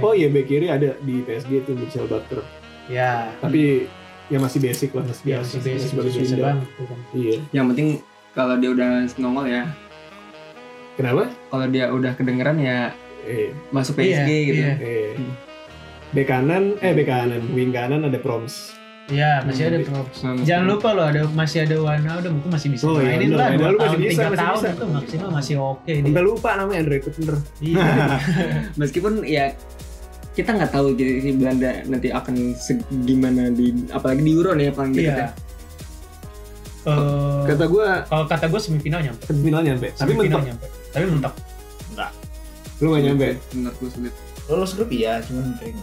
[SPEAKER 3] Oh iya bek kiri ada di PSG tuh Michel Butler.
[SPEAKER 5] Ya.
[SPEAKER 3] Tapi ya masih basic lah masih
[SPEAKER 5] Ya,
[SPEAKER 3] biasa.
[SPEAKER 5] Hmm. masih basic,
[SPEAKER 3] masih bagus
[SPEAKER 5] masih biasa
[SPEAKER 3] Windows.
[SPEAKER 5] banget tuh kan.
[SPEAKER 3] Iya.
[SPEAKER 1] Yang penting kalau dia udah nongol ya,
[SPEAKER 3] Kenapa?
[SPEAKER 1] kalau dia udah kedengeran ya
[SPEAKER 3] Eh,
[SPEAKER 1] masuk PSG
[SPEAKER 5] Iya,
[SPEAKER 1] gitu.
[SPEAKER 5] Iya,
[SPEAKER 3] eh.
[SPEAKER 1] Hmm.
[SPEAKER 3] Bek kanan, eh bek kanan, wing kanan ada Proms.
[SPEAKER 5] Iya, masih
[SPEAKER 1] Hmm.
[SPEAKER 5] ada prospek.
[SPEAKER 1] Sama-
[SPEAKER 5] Jangan lupa loh ada masih ada warna udah mungkin masih bisa
[SPEAKER 3] Oh, iya,
[SPEAKER 5] mainin
[SPEAKER 3] bener.
[SPEAKER 5] lah
[SPEAKER 3] Ada
[SPEAKER 5] dua
[SPEAKER 3] lu masih
[SPEAKER 5] tahun
[SPEAKER 3] bisa,
[SPEAKER 5] tiga
[SPEAKER 3] masih
[SPEAKER 5] tahun
[SPEAKER 3] bisa.
[SPEAKER 5] itu maksimal masih oke dia.
[SPEAKER 3] Sampai lupa namanya Andre Kutner.
[SPEAKER 5] Iya.
[SPEAKER 1] Meskipun ya kita nggak tahu gitu sih Belanda nanti akan segimana di apalagi di Euro nih ya paling
[SPEAKER 5] Iya.
[SPEAKER 1] deket ya.
[SPEAKER 5] Eh,
[SPEAKER 3] Kata gua
[SPEAKER 5] kalau kata gue semifinal nyampe.
[SPEAKER 3] semifinal nyampe, tapi
[SPEAKER 5] Semifinal
[SPEAKER 3] mentok.
[SPEAKER 5] nyampe. Tapi mentok.
[SPEAKER 3] Lu nggak nyampe.
[SPEAKER 1] Menurut gue sulit.
[SPEAKER 4] lolos grup iya cuman kering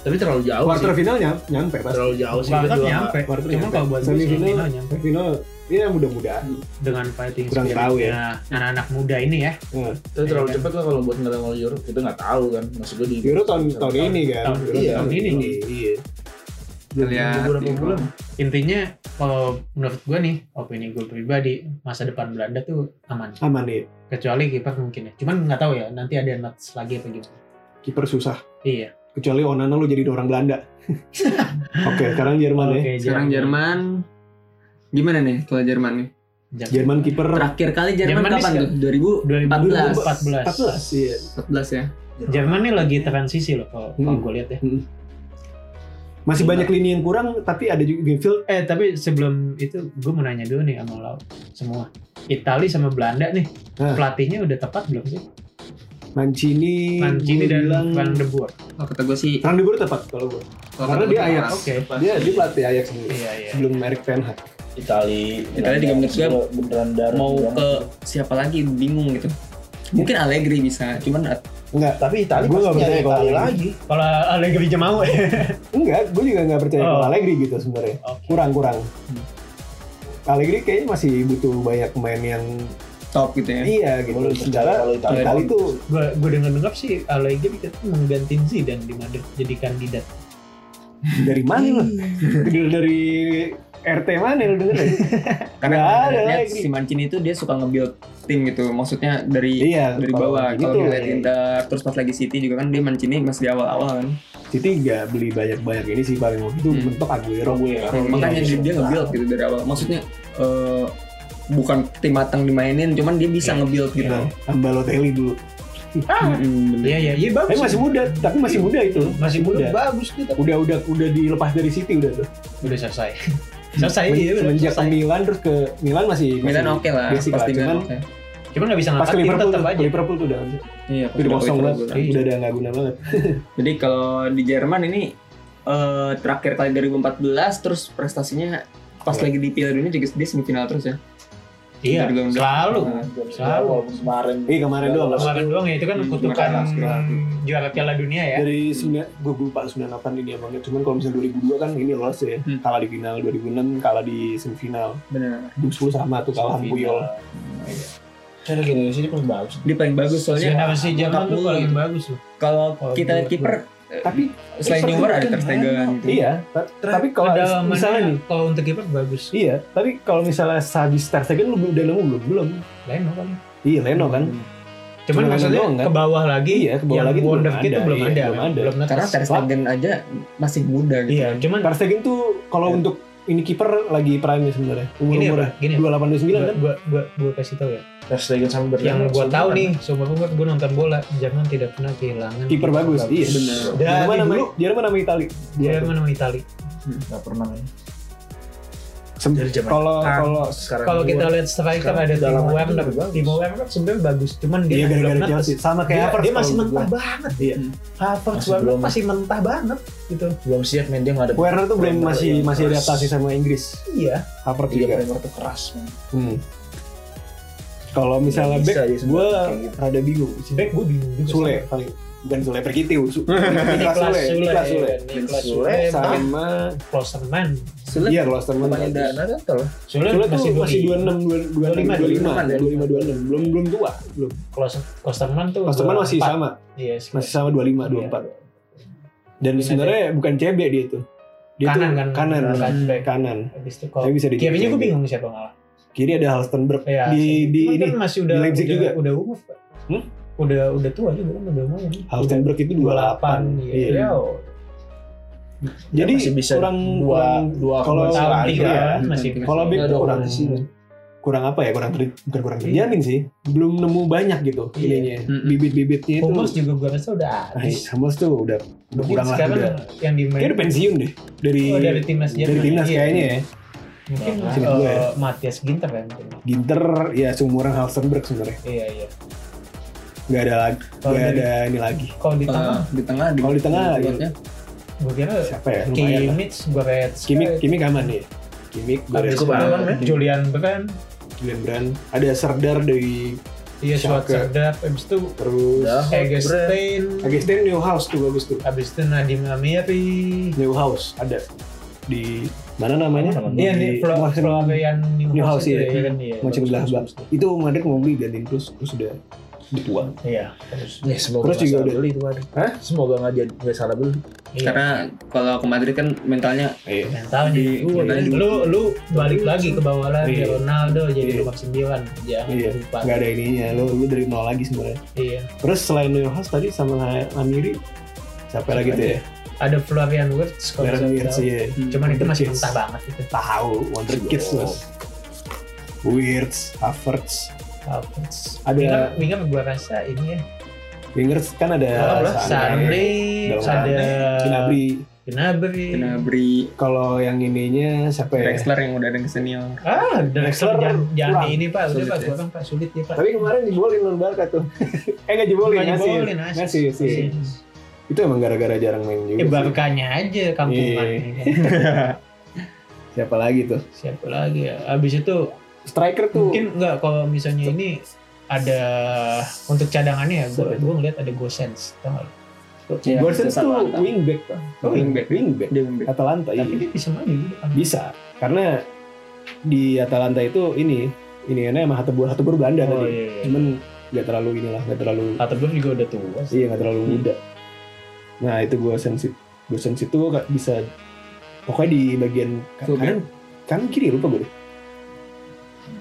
[SPEAKER 4] tapi terlalu jauh
[SPEAKER 3] Quarter
[SPEAKER 4] sih
[SPEAKER 3] final nyampe, nyampe pasti.
[SPEAKER 4] terlalu jauh sih
[SPEAKER 5] Banget
[SPEAKER 4] berdua.
[SPEAKER 5] nyampe.
[SPEAKER 3] Quarter
[SPEAKER 5] Cuma
[SPEAKER 3] nyampe.
[SPEAKER 5] kalau buat gue
[SPEAKER 3] Semifinal-
[SPEAKER 5] semifinal nyampe
[SPEAKER 3] Final ya mudah-mudahan.
[SPEAKER 5] dengan fighting
[SPEAKER 3] Kurang
[SPEAKER 5] spirit.
[SPEAKER 3] tahu ya.
[SPEAKER 5] Nah, anak-anak muda ini ya.
[SPEAKER 3] Nah,
[SPEAKER 4] Tapi terlalu cepat lah kalau buat ngelang Euro kita nggak tahu kan maksud gue di
[SPEAKER 3] Euro tahun tahun ini kan.
[SPEAKER 5] Tahun-
[SPEAKER 3] Euro
[SPEAKER 4] iya,
[SPEAKER 5] tahun ini.
[SPEAKER 3] Iya.
[SPEAKER 1] Lihat
[SPEAKER 4] beberapa bulan
[SPEAKER 5] Intinya kalau menurut gue nih, opini gue pribadi masa depan Belanda tuh aman.
[SPEAKER 3] Aman nih.
[SPEAKER 5] Kecuali kiper mungkin ya. Cuman nggak tahu ya nanti ada nuts lagi apa gitu.
[SPEAKER 3] Kiper susah.
[SPEAKER 5] Iya.
[SPEAKER 3] kecuali Onana lu jadi orang Belanda. Oke, sekarang Jerman ya.
[SPEAKER 1] sekarang Jerman gimana nih kalau Jerman nih?
[SPEAKER 3] Jerman kiper
[SPEAKER 1] Terakhir kali Jerman,
[SPEAKER 5] Jerman
[SPEAKER 1] kapan
[SPEAKER 5] di-
[SPEAKER 1] tuh? 2014.
[SPEAKER 3] 14 iya.
[SPEAKER 5] 2014.
[SPEAKER 1] 14 ya.
[SPEAKER 5] Jerman nih lagi transisi loh kalau kalau
[SPEAKER 3] Hmm.
[SPEAKER 5] gue lihat ya.
[SPEAKER 3] Hmm. Masih banyak lini yang kurang, tapi ada juga Greenfield.
[SPEAKER 5] Eh tapi sebelum itu gue mau nanya dulu nih sama lo semua. Itali sama Belanda nih
[SPEAKER 3] Hah.
[SPEAKER 5] pelatihnya udah tepat belum sih?
[SPEAKER 3] Mancini, Iya,
[SPEAKER 5] Mancini
[SPEAKER 3] gua
[SPEAKER 5] dan
[SPEAKER 3] bilang,
[SPEAKER 5] Van de Boer.
[SPEAKER 1] Oh, kata gue sih
[SPEAKER 3] Frank de Boer tepat kalau gue.
[SPEAKER 1] kalau
[SPEAKER 3] Karena
[SPEAKER 1] kata
[SPEAKER 3] dia
[SPEAKER 1] gua
[SPEAKER 3] Ajax.
[SPEAKER 1] tepat.
[SPEAKER 5] Oke.
[SPEAKER 3] Dia dia pelatih Ajax dulu.
[SPEAKER 5] Iya iya.
[SPEAKER 3] Sebelum Erik Ten Hag.
[SPEAKER 4] Itali
[SPEAKER 1] Itali juga menurut gue
[SPEAKER 4] beneran darah
[SPEAKER 1] mau
[SPEAKER 4] beneran.
[SPEAKER 1] ke siapa lagi bingung gitu mungkin Allegri bisa cuman at-
[SPEAKER 3] Enggak,
[SPEAKER 4] tapi Itali
[SPEAKER 3] Gua
[SPEAKER 4] pasti
[SPEAKER 3] nggak percaya
[SPEAKER 4] nyari
[SPEAKER 3] kalau
[SPEAKER 4] Itali
[SPEAKER 3] ini.
[SPEAKER 4] lagi
[SPEAKER 5] Kalau Allegri aja mau ya.
[SPEAKER 3] enggak. Gue juga nggak percaya
[SPEAKER 5] Oh. Hmm.
[SPEAKER 3] kalau Allegri gitu sebenarnya.
[SPEAKER 5] Oke.
[SPEAKER 3] Kurang kurang. Allegri kayaknya masih butuh banyak pemain yang
[SPEAKER 1] top gitu ya
[SPEAKER 3] iya gitu.
[SPEAKER 4] Boleh percaya
[SPEAKER 3] Sementara
[SPEAKER 4] kalau Itali
[SPEAKER 3] Itali tuh
[SPEAKER 5] Gue gue dengar dengar sih Allegri katanya menggantiin Zidane di Madrid jadi kandidat.
[SPEAKER 3] dari mana lo? Dari- dari RT mana lo denger ya?
[SPEAKER 1] karena
[SPEAKER 3] Nggak ada
[SPEAKER 1] lihat
[SPEAKER 3] Allegri.
[SPEAKER 1] si Mancini itu dia suka nge-build tim gitu maksudnya dari
[SPEAKER 3] Iya,
[SPEAKER 1] dari
[SPEAKER 3] kalau
[SPEAKER 1] bawah
[SPEAKER 3] gitu.
[SPEAKER 1] kalau iya. ngeliat Inter terus pas lagi City juga kan dia Mancini masih di awal-awal kan
[SPEAKER 3] City nggak beli banyak-banyak ini sih paling waktu itu
[SPEAKER 1] Hmm.
[SPEAKER 3] mentok Aguero.
[SPEAKER 4] gue ya
[SPEAKER 1] Hmm, makanya dia, dia nge-build gitu dari awal maksudnya eh, bukan tim matang dimainin cuman dia bisa nge-build gitu
[SPEAKER 3] Nah, sama Lotelli dulu.
[SPEAKER 1] Mm-mm, bener.
[SPEAKER 5] Iya iya iya
[SPEAKER 3] Tapi
[SPEAKER 5] bagus.
[SPEAKER 3] masih muda, tapi masih muda itu.
[SPEAKER 5] masih
[SPEAKER 3] Iya.
[SPEAKER 5] muda.
[SPEAKER 4] bagus kita
[SPEAKER 3] Udah udah udah dilepas dari City udah tuh.
[SPEAKER 5] Udah selesai. selesai iya bener,
[SPEAKER 3] Semenjak ke
[SPEAKER 5] selesai.
[SPEAKER 3] Milan terus ke Milan masih
[SPEAKER 1] Milan
[SPEAKER 3] masih-
[SPEAKER 1] oke lah
[SPEAKER 3] basic
[SPEAKER 1] pasti
[SPEAKER 3] lah,
[SPEAKER 1] Milan
[SPEAKER 3] cuman-
[SPEAKER 1] oke
[SPEAKER 5] Cuman nggak bisa
[SPEAKER 3] Pas ke
[SPEAKER 5] ngangkat
[SPEAKER 3] Liverpool
[SPEAKER 5] tetap
[SPEAKER 3] tuh,
[SPEAKER 5] aja.
[SPEAKER 3] Liverpool tuh udah
[SPEAKER 1] iya pas
[SPEAKER 3] udah
[SPEAKER 1] udah
[SPEAKER 3] kosong
[SPEAKER 1] Liverpool.
[SPEAKER 3] banget.
[SPEAKER 5] Iya.
[SPEAKER 3] Udah ada nggak guna banget.
[SPEAKER 1] Jadi kalau di Jerman ini eh, terakhir kali 2014 terus prestasinya pas
[SPEAKER 3] Iya.
[SPEAKER 1] lagi di Piala Dunia juga dia semifinal terus ya.
[SPEAKER 5] Iya.
[SPEAKER 1] Dari Belanda.
[SPEAKER 5] Selalu.
[SPEAKER 1] Nah,
[SPEAKER 5] Selalu.
[SPEAKER 4] walaupun kemarin
[SPEAKER 3] Iya kemarin doang. lah.
[SPEAKER 5] Kemarin doang ya itu kan
[SPEAKER 1] Hmm,
[SPEAKER 5] kutukan
[SPEAKER 1] kemarin doang.
[SPEAKER 5] juara Piala Dunia ya.
[SPEAKER 3] Dari sembilan, gue lupa 98 ini abangnya. Cuman kalau misalnya 2002 kan ini lolos ya.
[SPEAKER 1] Hmm.
[SPEAKER 3] Kalah di final 2006, kalah di semifinal.
[SPEAKER 1] benar.
[SPEAKER 3] 2010 sama tuh kalah sama Puyol.
[SPEAKER 4] cara di Indonesia ini paling bagus
[SPEAKER 1] Dia paling bagus
[SPEAKER 3] Iya.
[SPEAKER 1] soalnya
[SPEAKER 5] Kenapa sih
[SPEAKER 1] lengkap
[SPEAKER 5] zaman tuh
[SPEAKER 1] mulu
[SPEAKER 5] paling
[SPEAKER 1] gitu.
[SPEAKER 5] bagus loh.
[SPEAKER 1] Kalau
[SPEAKER 5] Kalau
[SPEAKER 1] kita lihat
[SPEAKER 5] gue-
[SPEAKER 1] kiper
[SPEAKER 3] Tapi
[SPEAKER 1] selain
[SPEAKER 3] Ter
[SPEAKER 1] Neuer ada
[SPEAKER 4] Stegen
[SPEAKER 1] Ter Stegen gitu.
[SPEAKER 3] iya, ta- tapi kalau
[SPEAKER 5] Kedalamannya
[SPEAKER 3] misalnya nih,
[SPEAKER 5] ya? kalau untuk kiper bagus.
[SPEAKER 3] iya, tapi kalau misalnya habis Ter Stegen lu udah nemu belum? Belum.
[SPEAKER 5] Leno kali.
[SPEAKER 3] Iya, Leno kan.
[SPEAKER 5] Cuman
[SPEAKER 3] Cuman
[SPEAKER 5] maksudnya
[SPEAKER 3] doang, kan?
[SPEAKER 5] ke bawah lagi
[SPEAKER 3] Iya, ke bawah
[SPEAKER 5] yang
[SPEAKER 3] lagi tuh
[SPEAKER 5] Wonder
[SPEAKER 3] belum
[SPEAKER 5] Kid itu
[SPEAKER 3] ada.
[SPEAKER 5] belum
[SPEAKER 3] Iya,
[SPEAKER 5] ada.
[SPEAKER 3] belum ada.
[SPEAKER 5] netes.
[SPEAKER 1] Karena Ter Stegen aja masih muda gitu.
[SPEAKER 5] Iya, cuman
[SPEAKER 3] Ter Stegen tuh kalau untuk ini kiper lagi prime sebenarnya.
[SPEAKER 5] gini ya, Pak,
[SPEAKER 3] Umur-umur
[SPEAKER 5] gini.
[SPEAKER 3] 28
[SPEAKER 5] Gua,
[SPEAKER 3] 29 kan.
[SPEAKER 5] gua, gua, gua kasih tau ya.
[SPEAKER 4] Ter Stegen sama Bernardo
[SPEAKER 5] Yang gua
[SPEAKER 4] sama
[SPEAKER 5] tahu
[SPEAKER 4] Bernardo.
[SPEAKER 5] nih, seumur umur gua nonton bola, Jerman tidak pernah kehilangan
[SPEAKER 3] Kiper bagus, iya.
[SPEAKER 1] Benar.
[SPEAKER 5] Dari
[SPEAKER 3] Jerman sama
[SPEAKER 5] dulu
[SPEAKER 3] Jerman sama Itali. Dua tuh.
[SPEAKER 5] Jerman sama Itali.
[SPEAKER 3] Iya.
[SPEAKER 4] nggak pernah ya
[SPEAKER 3] Sem-
[SPEAKER 4] dari zaman
[SPEAKER 3] Kalau
[SPEAKER 4] Kang.
[SPEAKER 3] kalau iya,
[SPEAKER 4] sekarang
[SPEAKER 5] Kalau
[SPEAKER 4] gua-
[SPEAKER 5] kita lihat striker
[SPEAKER 4] sekarang
[SPEAKER 5] ada Timo
[SPEAKER 4] kedalamannya
[SPEAKER 5] Werner.
[SPEAKER 4] juga bagus.
[SPEAKER 5] Timo Werner sebenarnya bagus, cuman
[SPEAKER 3] dia
[SPEAKER 5] dia
[SPEAKER 3] Iya, gara-gara
[SPEAKER 5] belum
[SPEAKER 3] Chelsea
[SPEAKER 5] netes.
[SPEAKER 3] sama
[SPEAKER 5] Dia,
[SPEAKER 3] kayak Havertz
[SPEAKER 5] dia masih
[SPEAKER 3] kalau
[SPEAKER 5] mentah
[SPEAKER 3] gua.
[SPEAKER 5] banget. Iya. Havertz
[SPEAKER 4] Masih
[SPEAKER 5] Werner
[SPEAKER 4] belum-
[SPEAKER 5] masih mentah banget gitu.
[SPEAKER 4] belum siap main dia nggak ada
[SPEAKER 3] Werner tuh belum
[SPEAKER 4] Werner
[SPEAKER 3] masih
[SPEAKER 4] yang
[SPEAKER 3] masih
[SPEAKER 4] keras.
[SPEAKER 3] adaptasi sama Inggris.
[SPEAKER 5] Iya.
[SPEAKER 3] Havertz
[SPEAKER 4] tiga
[SPEAKER 3] juga.
[SPEAKER 4] primer tuh keras man.
[SPEAKER 3] Hmm. Kalau misalnya
[SPEAKER 4] Bisa
[SPEAKER 3] back,
[SPEAKER 4] dia sebenarnya
[SPEAKER 3] gue
[SPEAKER 4] kayak gitu.
[SPEAKER 3] rada bingung.
[SPEAKER 5] Si back gue bingung juga.
[SPEAKER 3] Sule paling bukan Sule Perkitiu, Su- Niklas Sule,
[SPEAKER 5] Niklas Sule, Eh,
[SPEAKER 3] Niklas Sule.
[SPEAKER 5] Niklas
[SPEAKER 4] Sule
[SPEAKER 5] Sule, sama
[SPEAKER 3] Sama
[SPEAKER 5] Klosterman.
[SPEAKER 1] Sulit.
[SPEAKER 3] iya kalau Sterman
[SPEAKER 4] Pemain
[SPEAKER 3] Sule
[SPEAKER 4] Dana kan kalau
[SPEAKER 5] Sule
[SPEAKER 3] tuh
[SPEAKER 5] masih
[SPEAKER 3] masih masih 26
[SPEAKER 5] 25,
[SPEAKER 3] 26 25 25
[SPEAKER 5] 25,
[SPEAKER 3] 26 belum belum tua, belum.
[SPEAKER 5] Klosterman tuh.
[SPEAKER 3] Kalau Sterman masih
[SPEAKER 5] 24.
[SPEAKER 3] sama,
[SPEAKER 5] Iya,
[SPEAKER 3] masih sama 25 24. Dan sebenarnya bukan CB dia tuh. Dia tuh
[SPEAKER 5] Kanan kan?
[SPEAKER 3] kanan,
[SPEAKER 5] Kanan.
[SPEAKER 3] kanan, kanan.
[SPEAKER 5] Habis itu
[SPEAKER 3] Tapi
[SPEAKER 5] kalau
[SPEAKER 3] bisa di
[SPEAKER 5] Kirinya gue bingung siapa ngalah.
[SPEAKER 3] Kiri ada Halstenberg
[SPEAKER 5] Ya,
[SPEAKER 3] di di ini
[SPEAKER 5] kan masih udah
[SPEAKER 3] di Leipzig
[SPEAKER 5] udah,
[SPEAKER 3] juga.
[SPEAKER 5] udah umur. Pak.
[SPEAKER 3] Hmm?
[SPEAKER 5] Udah udah tua juga kan udah lumayan.
[SPEAKER 3] Halstenberg itu 28.
[SPEAKER 5] Iya.
[SPEAKER 3] Iya. Jadi
[SPEAKER 4] Jadi masih bisa
[SPEAKER 3] kurang
[SPEAKER 4] dua
[SPEAKER 3] kurang-
[SPEAKER 4] dua
[SPEAKER 3] kalau-
[SPEAKER 4] kemarin
[SPEAKER 5] Tahun
[SPEAKER 4] lagi
[SPEAKER 5] tiga
[SPEAKER 4] ya.
[SPEAKER 5] kan masih.
[SPEAKER 3] iya. kalau back
[SPEAKER 5] masih-
[SPEAKER 4] Nggak
[SPEAKER 3] tuh
[SPEAKER 4] ada
[SPEAKER 3] kurang
[SPEAKER 4] kompetisi.
[SPEAKER 3] kurang apa ya kurang ter, bukan kurang
[SPEAKER 5] Iya.
[SPEAKER 3] terjamin sih belum nemu banyak gitu
[SPEAKER 5] Iya.
[SPEAKER 3] ininya
[SPEAKER 1] Mm-mm.
[SPEAKER 3] bibit-bibitnya itu
[SPEAKER 5] Hummels juga gue rasa udah
[SPEAKER 3] Ay,
[SPEAKER 5] habis.
[SPEAKER 3] Hummels tuh udah udah
[SPEAKER 5] Mungkin
[SPEAKER 3] kurang lah
[SPEAKER 5] sekarang
[SPEAKER 3] udah
[SPEAKER 5] yang dimain
[SPEAKER 3] dia udah pensiun deh dari
[SPEAKER 5] Oh, dari timnas
[SPEAKER 3] dari
[SPEAKER 5] Jerman.
[SPEAKER 3] timnas
[SPEAKER 5] Iya.
[SPEAKER 3] kayaknya ya
[SPEAKER 5] mungkin
[SPEAKER 4] Nah,
[SPEAKER 5] eh,
[SPEAKER 3] gue ya.
[SPEAKER 5] Matias Ginter kan mungkin.
[SPEAKER 3] Ginter ya seumuran Halstenberg sebenarnya
[SPEAKER 5] Iya iya.
[SPEAKER 3] nggak ada lagi
[SPEAKER 5] Kalau
[SPEAKER 3] nggak
[SPEAKER 5] dari-
[SPEAKER 3] ada ini lagi
[SPEAKER 5] Kalau di
[SPEAKER 1] Eh,
[SPEAKER 5] tengah
[SPEAKER 1] di tengah di
[SPEAKER 3] Kalau di tengah,
[SPEAKER 1] di
[SPEAKER 3] iya.
[SPEAKER 1] buatnya.
[SPEAKER 5] gue kira
[SPEAKER 3] siapa ya lumayan lah
[SPEAKER 5] Kimmich, Goretzka,
[SPEAKER 3] Kimik Kimik aman ya Kimik
[SPEAKER 5] Habis itu
[SPEAKER 4] Cukup aman, ya.
[SPEAKER 5] Julian Brand,
[SPEAKER 3] Julian Brand ada Serdar dari
[SPEAKER 5] iya
[SPEAKER 3] Schalke.
[SPEAKER 5] Schwarzenegger, habis itu
[SPEAKER 3] terus
[SPEAKER 4] Udah. Brand.
[SPEAKER 5] Egestein,
[SPEAKER 3] Agustin Newhouse tuh bagus tuh
[SPEAKER 5] habis itu Nadim Amiri,
[SPEAKER 3] Newhouse ada di mana namanya
[SPEAKER 4] Mana namanya?
[SPEAKER 5] iya
[SPEAKER 3] di
[SPEAKER 5] nih Flo-
[SPEAKER 3] Boston-
[SPEAKER 5] Florian
[SPEAKER 3] Newhouse,
[SPEAKER 5] Newhouse itu
[SPEAKER 3] iya.
[SPEAKER 5] ya kan iya.
[SPEAKER 3] macam belah bang itu Madrid mau beli gantiin terus terus udah dibuang
[SPEAKER 5] Iya. terus.
[SPEAKER 4] Ya, semoga
[SPEAKER 3] Terus
[SPEAKER 4] nggak
[SPEAKER 3] juga
[SPEAKER 4] salah
[SPEAKER 3] udah-
[SPEAKER 4] beli itu kan.
[SPEAKER 3] Hah?
[SPEAKER 4] Semoga nggak jadi nggak salah beli.
[SPEAKER 5] Iya.
[SPEAKER 1] Karena kalau ke Madrid kan mentalnya
[SPEAKER 3] iya
[SPEAKER 5] mentalnya
[SPEAKER 1] Di-
[SPEAKER 5] Lu-
[SPEAKER 1] di-
[SPEAKER 5] lu lu balik lagi ke bawah lagi
[SPEAKER 3] Iya.
[SPEAKER 5] Ronaldo jadi
[SPEAKER 3] Iya.
[SPEAKER 5] nomor 9 jangan
[SPEAKER 3] Iya.
[SPEAKER 5] lupa
[SPEAKER 3] nggak ada ininya lo lu dari nol lagi sebenarnya
[SPEAKER 5] iya
[SPEAKER 3] terus selain Neuhaus tadi sama Amiri siapa lagi tuh ya
[SPEAKER 5] ada Florian Wirtz kalau
[SPEAKER 3] Darren
[SPEAKER 5] bisa
[SPEAKER 3] Wirtz
[SPEAKER 5] tahu.
[SPEAKER 3] ya
[SPEAKER 5] cuman itu masih
[SPEAKER 3] Wirtz.
[SPEAKER 5] mentah banget itu
[SPEAKER 3] tahu Wonder Kids mas Wirtz Havertz
[SPEAKER 5] Havertz
[SPEAKER 3] Ada-
[SPEAKER 5] Winger, winger gua rasa ini ya
[SPEAKER 3] Wingers kan ada
[SPEAKER 5] Sane
[SPEAKER 3] Dalam
[SPEAKER 5] ada
[SPEAKER 3] Gnabry
[SPEAKER 5] Gnabry.
[SPEAKER 1] Gnabry,
[SPEAKER 3] Kalau yang ininya siapa ya?
[SPEAKER 1] Drexler yang udah ada ke senior.
[SPEAKER 5] Ah,
[SPEAKER 3] Drexler
[SPEAKER 5] Drexler jangan, jangan
[SPEAKER 3] kurang.
[SPEAKER 5] di ini pak, udah
[SPEAKER 2] Sulit
[SPEAKER 5] pak,
[SPEAKER 2] ya.
[SPEAKER 5] kurang pak, sulit ya pak.
[SPEAKER 3] Tapi kemarin dibolin lawan Barca tuh. eh nggak dibolin,
[SPEAKER 5] Bukan
[SPEAKER 3] ngasih.
[SPEAKER 5] dibolin, asis.
[SPEAKER 3] Ngasih, Iya. sih.
[SPEAKER 5] Asis.
[SPEAKER 3] Itu emang gara-gara jarang main juga.
[SPEAKER 5] Ya
[SPEAKER 3] sih.
[SPEAKER 5] barkanya aja kampungan.
[SPEAKER 3] Siapa lagi tuh?
[SPEAKER 5] Siapa lagi ya? Abis itu
[SPEAKER 3] Striker tuh.
[SPEAKER 5] mungkin nggak kalau misalnya ini ada untuk cadangannya ya, gue gue ngeliat ada Gosens, tau nggak lo?
[SPEAKER 1] Iya,
[SPEAKER 3] Gorsens
[SPEAKER 1] itu
[SPEAKER 3] tuh
[SPEAKER 1] Atalanta.
[SPEAKER 3] wingback Pak.
[SPEAKER 1] Oh, wingback.
[SPEAKER 3] Wingback.
[SPEAKER 1] Dia wingback.
[SPEAKER 3] Atalanta
[SPEAKER 5] Tapi
[SPEAKER 3] iya.
[SPEAKER 5] dia bisa maju di depan.
[SPEAKER 3] Bisa. Karena di Atalanta itu ini ini kan emang Hatebur Hatebur Belanda
[SPEAKER 5] Oh
[SPEAKER 3] tadi.
[SPEAKER 5] iya. iya.
[SPEAKER 3] Cuman nggak terlalu inilah, nggak terlalu
[SPEAKER 5] Atau belum juga udah tua sih.
[SPEAKER 3] iya nggak terlalu
[SPEAKER 5] Hmm.
[SPEAKER 3] muda. Nah itu gue sensit gue sensit tuh nggak bisa pokoknya di bagian ka-
[SPEAKER 1] Fullback.
[SPEAKER 3] kanan kanan kiri lupa gue. deh.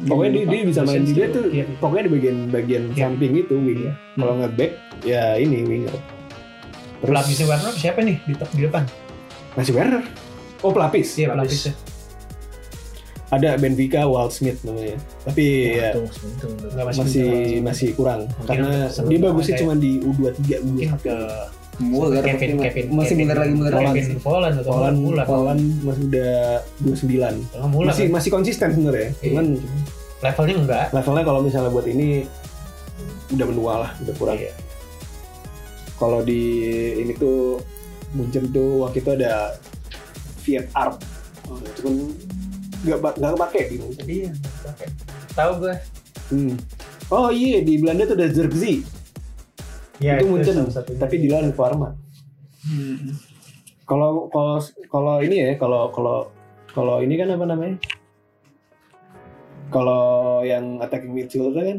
[SPEAKER 3] Pokoknya
[SPEAKER 5] Iya,
[SPEAKER 3] dia, dia bisa main
[SPEAKER 5] Gosens
[SPEAKER 3] di dia
[SPEAKER 5] tuh,
[SPEAKER 3] tuh
[SPEAKER 5] iya.
[SPEAKER 3] pokoknya di bagian bagian
[SPEAKER 5] Iya.
[SPEAKER 3] samping itu wing.
[SPEAKER 5] Iya.
[SPEAKER 3] Kalau nggak back ya ini winger.
[SPEAKER 5] Pelapisnya Warner siapa nih di, di depan?
[SPEAKER 3] masih Werner. Oh pelapis.
[SPEAKER 5] Iya pelapisnya.
[SPEAKER 3] Ada Benfica Walt Smith namanya. Tapi
[SPEAKER 5] Iya,
[SPEAKER 3] ya,
[SPEAKER 4] Untung, untung, untung.
[SPEAKER 5] Nggak masih
[SPEAKER 3] masih
[SPEAKER 5] masih-
[SPEAKER 3] masih kurang
[SPEAKER 5] Mungkin
[SPEAKER 3] karena
[SPEAKER 5] sebelum
[SPEAKER 3] dia bagusnya
[SPEAKER 5] kayak-
[SPEAKER 3] cuma di U23
[SPEAKER 5] mungkin
[SPEAKER 3] U21.
[SPEAKER 5] ke
[SPEAKER 1] Muller,
[SPEAKER 5] Kevin
[SPEAKER 1] mungkin.
[SPEAKER 5] Kevin
[SPEAKER 1] masih
[SPEAKER 5] Kevin-
[SPEAKER 1] bener lagi bener lagi.
[SPEAKER 5] Kevin Volan atau Volan
[SPEAKER 3] Polan
[SPEAKER 5] Mulan.
[SPEAKER 3] Polan masih udah 29.
[SPEAKER 5] Kalau Mulan
[SPEAKER 3] Masih masih konsisten sebenarnya.
[SPEAKER 5] Iya.
[SPEAKER 3] Cuman
[SPEAKER 5] kan? levelnya enggak.
[SPEAKER 3] levelnya kalau misalnya buat ini udah menua lah, udah kurang.
[SPEAKER 5] Iya.
[SPEAKER 3] Kalau di ini tuh Munchen tuh waktu itu ada Fiat Art. Cuman Oh, kan nggak ba- nggak kepake di Munchen.
[SPEAKER 5] Iya. Tahu gue.
[SPEAKER 3] Hmm. Oh iya di Belanda tuh ada Zergzi.
[SPEAKER 5] Ya,
[SPEAKER 3] itu Munchen, tapi di lawan Parma.
[SPEAKER 1] Hmm.
[SPEAKER 3] Kalau kalau kalau ini ya, kalau kalau kalau ini kan apa namanya? Kalau yang attacking midfield itu kan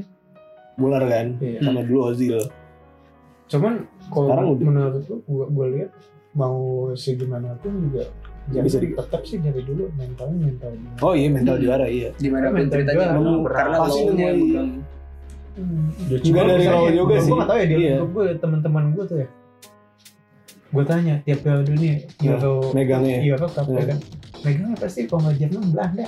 [SPEAKER 3] Muller kan
[SPEAKER 5] Iya.
[SPEAKER 3] sama dulu Ozil.
[SPEAKER 5] Cuman
[SPEAKER 3] Sekarang
[SPEAKER 5] kalau
[SPEAKER 3] udah.
[SPEAKER 5] menurut gue, gue, lihat mau segimana pun juga
[SPEAKER 3] Nggak bisa di-
[SPEAKER 5] tetap sih dari dulu mentalnya mental dulu.
[SPEAKER 3] Oh iya mental
[SPEAKER 1] Hmm.
[SPEAKER 3] juara iya.
[SPEAKER 1] Gimana pun
[SPEAKER 5] Mental
[SPEAKER 1] ceritanya
[SPEAKER 5] juara.
[SPEAKER 1] nemu-
[SPEAKER 4] Pernah.
[SPEAKER 1] karena
[SPEAKER 3] Pasti
[SPEAKER 1] low-nya
[SPEAKER 3] nemu-
[SPEAKER 1] bukan
[SPEAKER 5] Ya,
[SPEAKER 3] Juga dari
[SPEAKER 5] misalnya,
[SPEAKER 3] awal juga sih.
[SPEAKER 5] Gue gak tau ya dia.
[SPEAKER 3] Iya.
[SPEAKER 5] Gue teman-teman gue tuh ya. Gue tanya tiap Piala Dunia Euro
[SPEAKER 3] Nah, megangnya.
[SPEAKER 5] Euro Cup ya
[SPEAKER 3] Iya.
[SPEAKER 5] kan. Megangnya pasti kalau nggak Jerman Belanda.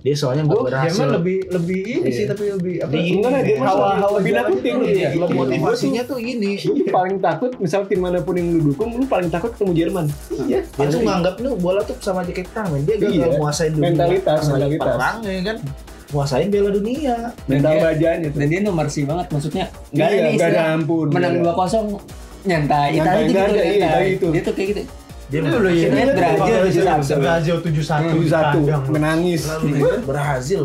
[SPEAKER 4] Dia soalnya nggak
[SPEAKER 5] Oh,
[SPEAKER 4] berhasil.
[SPEAKER 5] Jerman lebih lebih ini
[SPEAKER 3] Iya.
[SPEAKER 5] sih tapi lebih apa?
[SPEAKER 4] Dingin.
[SPEAKER 3] Enggak lah, dia
[SPEAKER 4] Iya.
[SPEAKER 3] hawa hawa
[SPEAKER 5] Iya.
[SPEAKER 3] bina kuting.
[SPEAKER 4] Iya,
[SPEAKER 3] Gua tuh-
[SPEAKER 4] motivasinya tuh ini.
[SPEAKER 3] Lu paling takut misal tim manapun yang lu dukung, lu paling takut ketemu Jerman.
[SPEAKER 5] Iya.
[SPEAKER 4] Dia tuh nganggap tuh bola tuh sama aja kayak tangan. Dia gagal
[SPEAKER 3] Iya.
[SPEAKER 4] nguasain dunia.
[SPEAKER 3] Mentalitas, mentalitas.
[SPEAKER 4] Perangnya kan. Nguasain bela dunia.
[SPEAKER 3] Mental
[SPEAKER 1] dia-
[SPEAKER 3] bajaannya tuh.
[SPEAKER 1] Dan dia nomor sih banget maksudnya nggak ada
[SPEAKER 3] Iya,
[SPEAKER 1] nih
[SPEAKER 3] nggak ada
[SPEAKER 1] istilah
[SPEAKER 3] ampun.
[SPEAKER 1] menang
[SPEAKER 3] Iya.
[SPEAKER 1] 2-0 nyantai.
[SPEAKER 3] Nyantai,
[SPEAKER 1] Itali
[SPEAKER 3] nggak
[SPEAKER 1] tuh
[SPEAKER 3] ada,
[SPEAKER 1] gitu
[SPEAKER 3] iya,
[SPEAKER 1] nyantai.
[SPEAKER 3] Itali itu.
[SPEAKER 1] Dia tuh kayak gitu.
[SPEAKER 4] Dia
[SPEAKER 5] Itu loh,
[SPEAKER 1] Dia
[SPEAKER 5] iya.
[SPEAKER 1] Brazil
[SPEAKER 5] Brazil,
[SPEAKER 1] 71.
[SPEAKER 5] Brazil 71
[SPEAKER 3] tujuh satu
[SPEAKER 5] tandang.
[SPEAKER 3] menangis.
[SPEAKER 4] Lalu dia berhasil.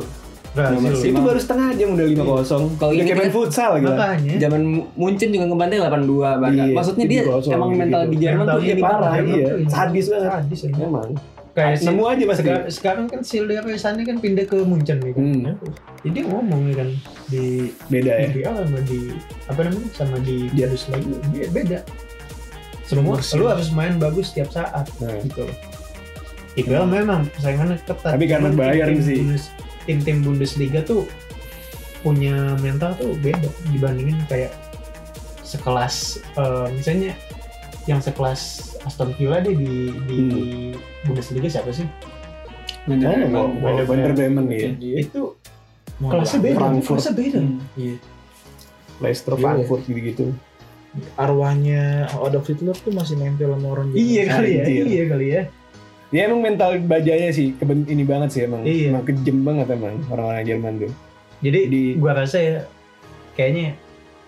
[SPEAKER 5] Brazil.
[SPEAKER 1] Nomor
[SPEAKER 3] Itu baru setengah jam udah 5-0.
[SPEAKER 1] Kalau
[SPEAKER 3] Kalau
[SPEAKER 1] ini
[SPEAKER 3] kayak main
[SPEAKER 1] kan-
[SPEAKER 3] futsal gitu.
[SPEAKER 5] Makanya
[SPEAKER 1] Zaman Munchen juga ngebantai 82 Barca.
[SPEAKER 3] Iya,
[SPEAKER 1] Maksudnya dia
[SPEAKER 3] 3-0
[SPEAKER 1] emang mental
[SPEAKER 3] gitu.
[SPEAKER 1] di Jerman tuh
[SPEAKER 5] Mentalnya
[SPEAKER 1] ini
[SPEAKER 5] parah,
[SPEAKER 1] parah.
[SPEAKER 5] iya.
[SPEAKER 3] Sadis banget.
[SPEAKER 5] Sadis ya.
[SPEAKER 3] Emang.
[SPEAKER 5] Kayak si-
[SPEAKER 3] Nemu aja mas
[SPEAKER 5] Sekarang, sekarang kan Silvia Pesani kan pindah ke Munchen nih kan.
[SPEAKER 3] Hmm.
[SPEAKER 5] Jadi dia ngomong nih kan di
[SPEAKER 3] Beda ya.
[SPEAKER 5] di BL sama di apa namanya sama di
[SPEAKER 3] Iya.
[SPEAKER 5] Jadus lagi dia beda. Semua
[SPEAKER 4] Bersih.
[SPEAKER 5] lu harus main bagus setiap saat
[SPEAKER 3] Nah.
[SPEAKER 5] gitu. IPL memang persaingannya ketat.
[SPEAKER 3] Hmm. Tapi karena
[SPEAKER 5] Cuman
[SPEAKER 3] bayar
[SPEAKER 5] tim-tim
[SPEAKER 3] sih.
[SPEAKER 5] Bundes- Tim-tim Bundesliga tuh punya mental tuh beda dibandingin kayak sekelas eh, misalnya yang sekelas Aston Villa deh di di
[SPEAKER 3] Hmm.
[SPEAKER 5] Bundesliga siapa sih?
[SPEAKER 3] Oh,
[SPEAKER 1] Bener.
[SPEAKER 3] wow, wow, Werder
[SPEAKER 5] Beda-beda.
[SPEAKER 3] Bremen ya.
[SPEAKER 1] Iya.
[SPEAKER 5] Itu
[SPEAKER 4] Mau
[SPEAKER 5] kelasnya beda,
[SPEAKER 3] Frankfurt.
[SPEAKER 5] kelasnya beda.
[SPEAKER 3] Leicester,
[SPEAKER 4] Iya.
[SPEAKER 3] Frankfurt gitu-gitu.
[SPEAKER 4] arwahnya Adolf Hitler tuh masih nempel sama orang Jerman.
[SPEAKER 5] Iya kali ya,
[SPEAKER 3] Anjir.
[SPEAKER 5] iya kali ya.
[SPEAKER 3] Ya emang mental bajanya sih, keben ini banget sih emang.
[SPEAKER 5] Iya.
[SPEAKER 3] Emang kejem banget emang orang-orang Jerman tuh.
[SPEAKER 5] Jadi
[SPEAKER 3] Di-
[SPEAKER 5] gua rasa ya kayaknya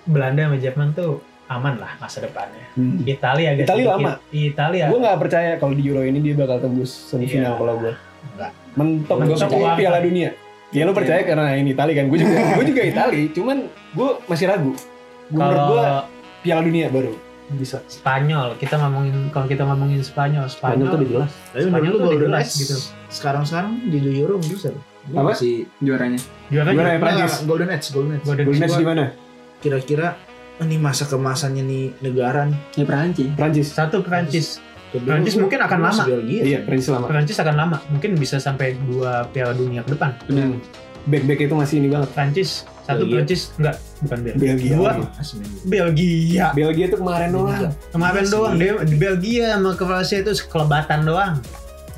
[SPEAKER 5] Belanda sama Jerman tuh aman lah masa depannya.
[SPEAKER 1] Hmm.
[SPEAKER 5] Italia agak
[SPEAKER 3] Italia
[SPEAKER 5] sedikit-
[SPEAKER 3] lama.
[SPEAKER 5] Italia
[SPEAKER 3] Gue nggak percaya kalau di Euro ini dia bakal tembus semifinal
[SPEAKER 5] Iya.
[SPEAKER 3] kalau gue.
[SPEAKER 4] Nggak.
[SPEAKER 3] Mentok gue
[SPEAKER 5] Mentok
[SPEAKER 3] percaya
[SPEAKER 5] banget.
[SPEAKER 3] Piala Dunia. Ya
[SPEAKER 1] Iya.
[SPEAKER 3] lo percaya karena ini Itali kan? Gue juga, gue juga Itali. Cuman gue masih ragu. Gua Menurut gue
[SPEAKER 5] kalau
[SPEAKER 3] Piala Dunia baru bisa.
[SPEAKER 5] Spanyol kita ngomongin kalau kita ngomongin Spanyol Spanyol,
[SPEAKER 3] jelas.
[SPEAKER 4] Tapi menurut
[SPEAKER 5] Spanyol
[SPEAKER 4] lu
[SPEAKER 5] tuh
[SPEAKER 4] Golden
[SPEAKER 5] jelas
[SPEAKER 4] Age
[SPEAKER 5] gitu.
[SPEAKER 4] Sekarang-sekarang di Euro bisa loh. Dia
[SPEAKER 3] Apa?
[SPEAKER 4] Masih
[SPEAKER 1] Juaranya.
[SPEAKER 5] Juara
[SPEAKER 3] Gimana ya
[SPEAKER 5] Jerman,
[SPEAKER 3] Prancis?
[SPEAKER 4] Nah, Golden Age, Golden Age.
[SPEAKER 5] Golden
[SPEAKER 3] Golden
[SPEAKER 5] Shoe,
[SPEAKER 3] Age di mana?
[SPEAKER 4] Kira-kira ini masa kemasannya nih negara nih.
[SPEAKER 1] Ya Perancis.
[SPEAKER 3] Prancis.
[SPEAKER 5] satu Prancis.
[SPEAKER 4] Kedua,
[SPEAKER 5] Prancis
[SPEAKER 4] gua-
[SPEAKER 5] mungkin akan
[SPEAKER 4] gua
[SPEAKER 5] lama.
[SPEAKER 4] masih Belgia.
[SPEAKER 3] Iya, Prancis lama.
[SPEAKER 5] Prancis akan lama, mungkin bisa sampai dua Piala Dunia ke depan.
[SPEAKER 3] Benar.
[SPEAKER 5] Hmm.
[SPEAKER 3] Back-back itu masih ini banget.
[SPEAKER 5] Prancis satu
[SPEAKER 4] Belgia.
[SPEAKER 5] Prancis enggak bukan Belgia.
[SPEAKER 3] Belgia.
[SPEAKER 4] Iya,
[SPEAKER 3] Ya,
[SPEAKER 5] Dua. Iya,
[SPEAKER 4] Masih main Belgia.
[SPEAKER 5] Belgia
[SPEAKER 3] Belgia tuh kemarin doang.
[SPEAKER 5] kemarin
[SPEAKER 4] Iya
[SPEAKER 5] doang
[SPEAKER 4] sih.
[SPEAKER 5] dia di Belgia sama ke Kroasia itu kelebatan doang.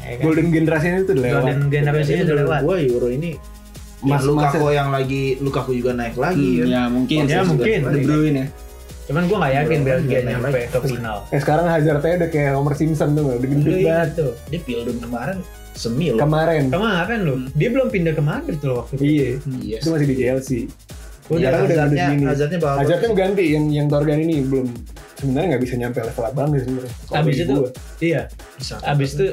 [SPEAKER 5] Ya kan?
[SPEAKER 3] Golden generasinya itu udah lewat.
[SPEAKER 5] Golden generasinya
[SPEAKER 4] Jadi
[SPEAKER 5] udah
[SPEAKER 4] menurut
[SPEAKER 5] lewat.
[SPEAKER 4] Gua Euro ini
[SPEAKER 3] Mas
[SPEAKER 4] yang
[SPEAKER 3] masa
[SPEAKER 4] Lukaku yang lagi Lukaku juga naik lagi.
[SPEAKER 1] Hmm,
[SPEAKER 3] Iya.
[SPEAKER 4] kan.
[SPEAKER 1] ya mungkin.
[SPEAKER 5] Ya, mungkin.
[SPEAKER 1] De Bruyne ya.
[SPEAKER 5] Cuman gue nggak yakin
[SPEAKER 4] Belum,
[SPEAKER 5] Belgia
[SPEAKER 4] belum,
[SPEAKER 5] nyampe
[SPEAKER 4] belum.
[SPEAKER 5] ke final.
[SPEAKER 3] Eh sekarang Hazard-nya udah kayak Homer Simpson tuh, udah
[SPEAKER 5] Iya,
[SPEAKER 4] Udah
[SPEAKER 3] gendut banget.
[SPEAKER 4] itu. Dia Pildun kemarin semi loh.
[SPEAKER 3] Kemarin,
[SPEAKER 5] Kemarin loh, dia belum pindah ke Madrid loh waktu itu.
[SPEAKER 3] iya,
[SPEAKER 4] Iya.
[SPEAKER 3] itu masih di Chelsea.
[SPEAKER 4] Udah
[SPEAKER 3] Sekarang udah gendut
[SPEAKER 4] hazardnya,
[SPEAKER 3] gini.
[SPEAKER 4] hazardnya bakal.
[SPEAKER 3] Hazardnya mau ganti yang yang Torgan ini belum sebenarnya nggak bisa nyampe level abang sih sebenarnya. Kalau
[SPEAKER 5] Abis
[SPEAKER 3] bagi
[SPEAKER 5] itu-
[SPEAKER 3] gua.
[SPEAKER 5] Iya.
[SPEAKER 4] Bisa.
[SPEAKER 5] Abis itu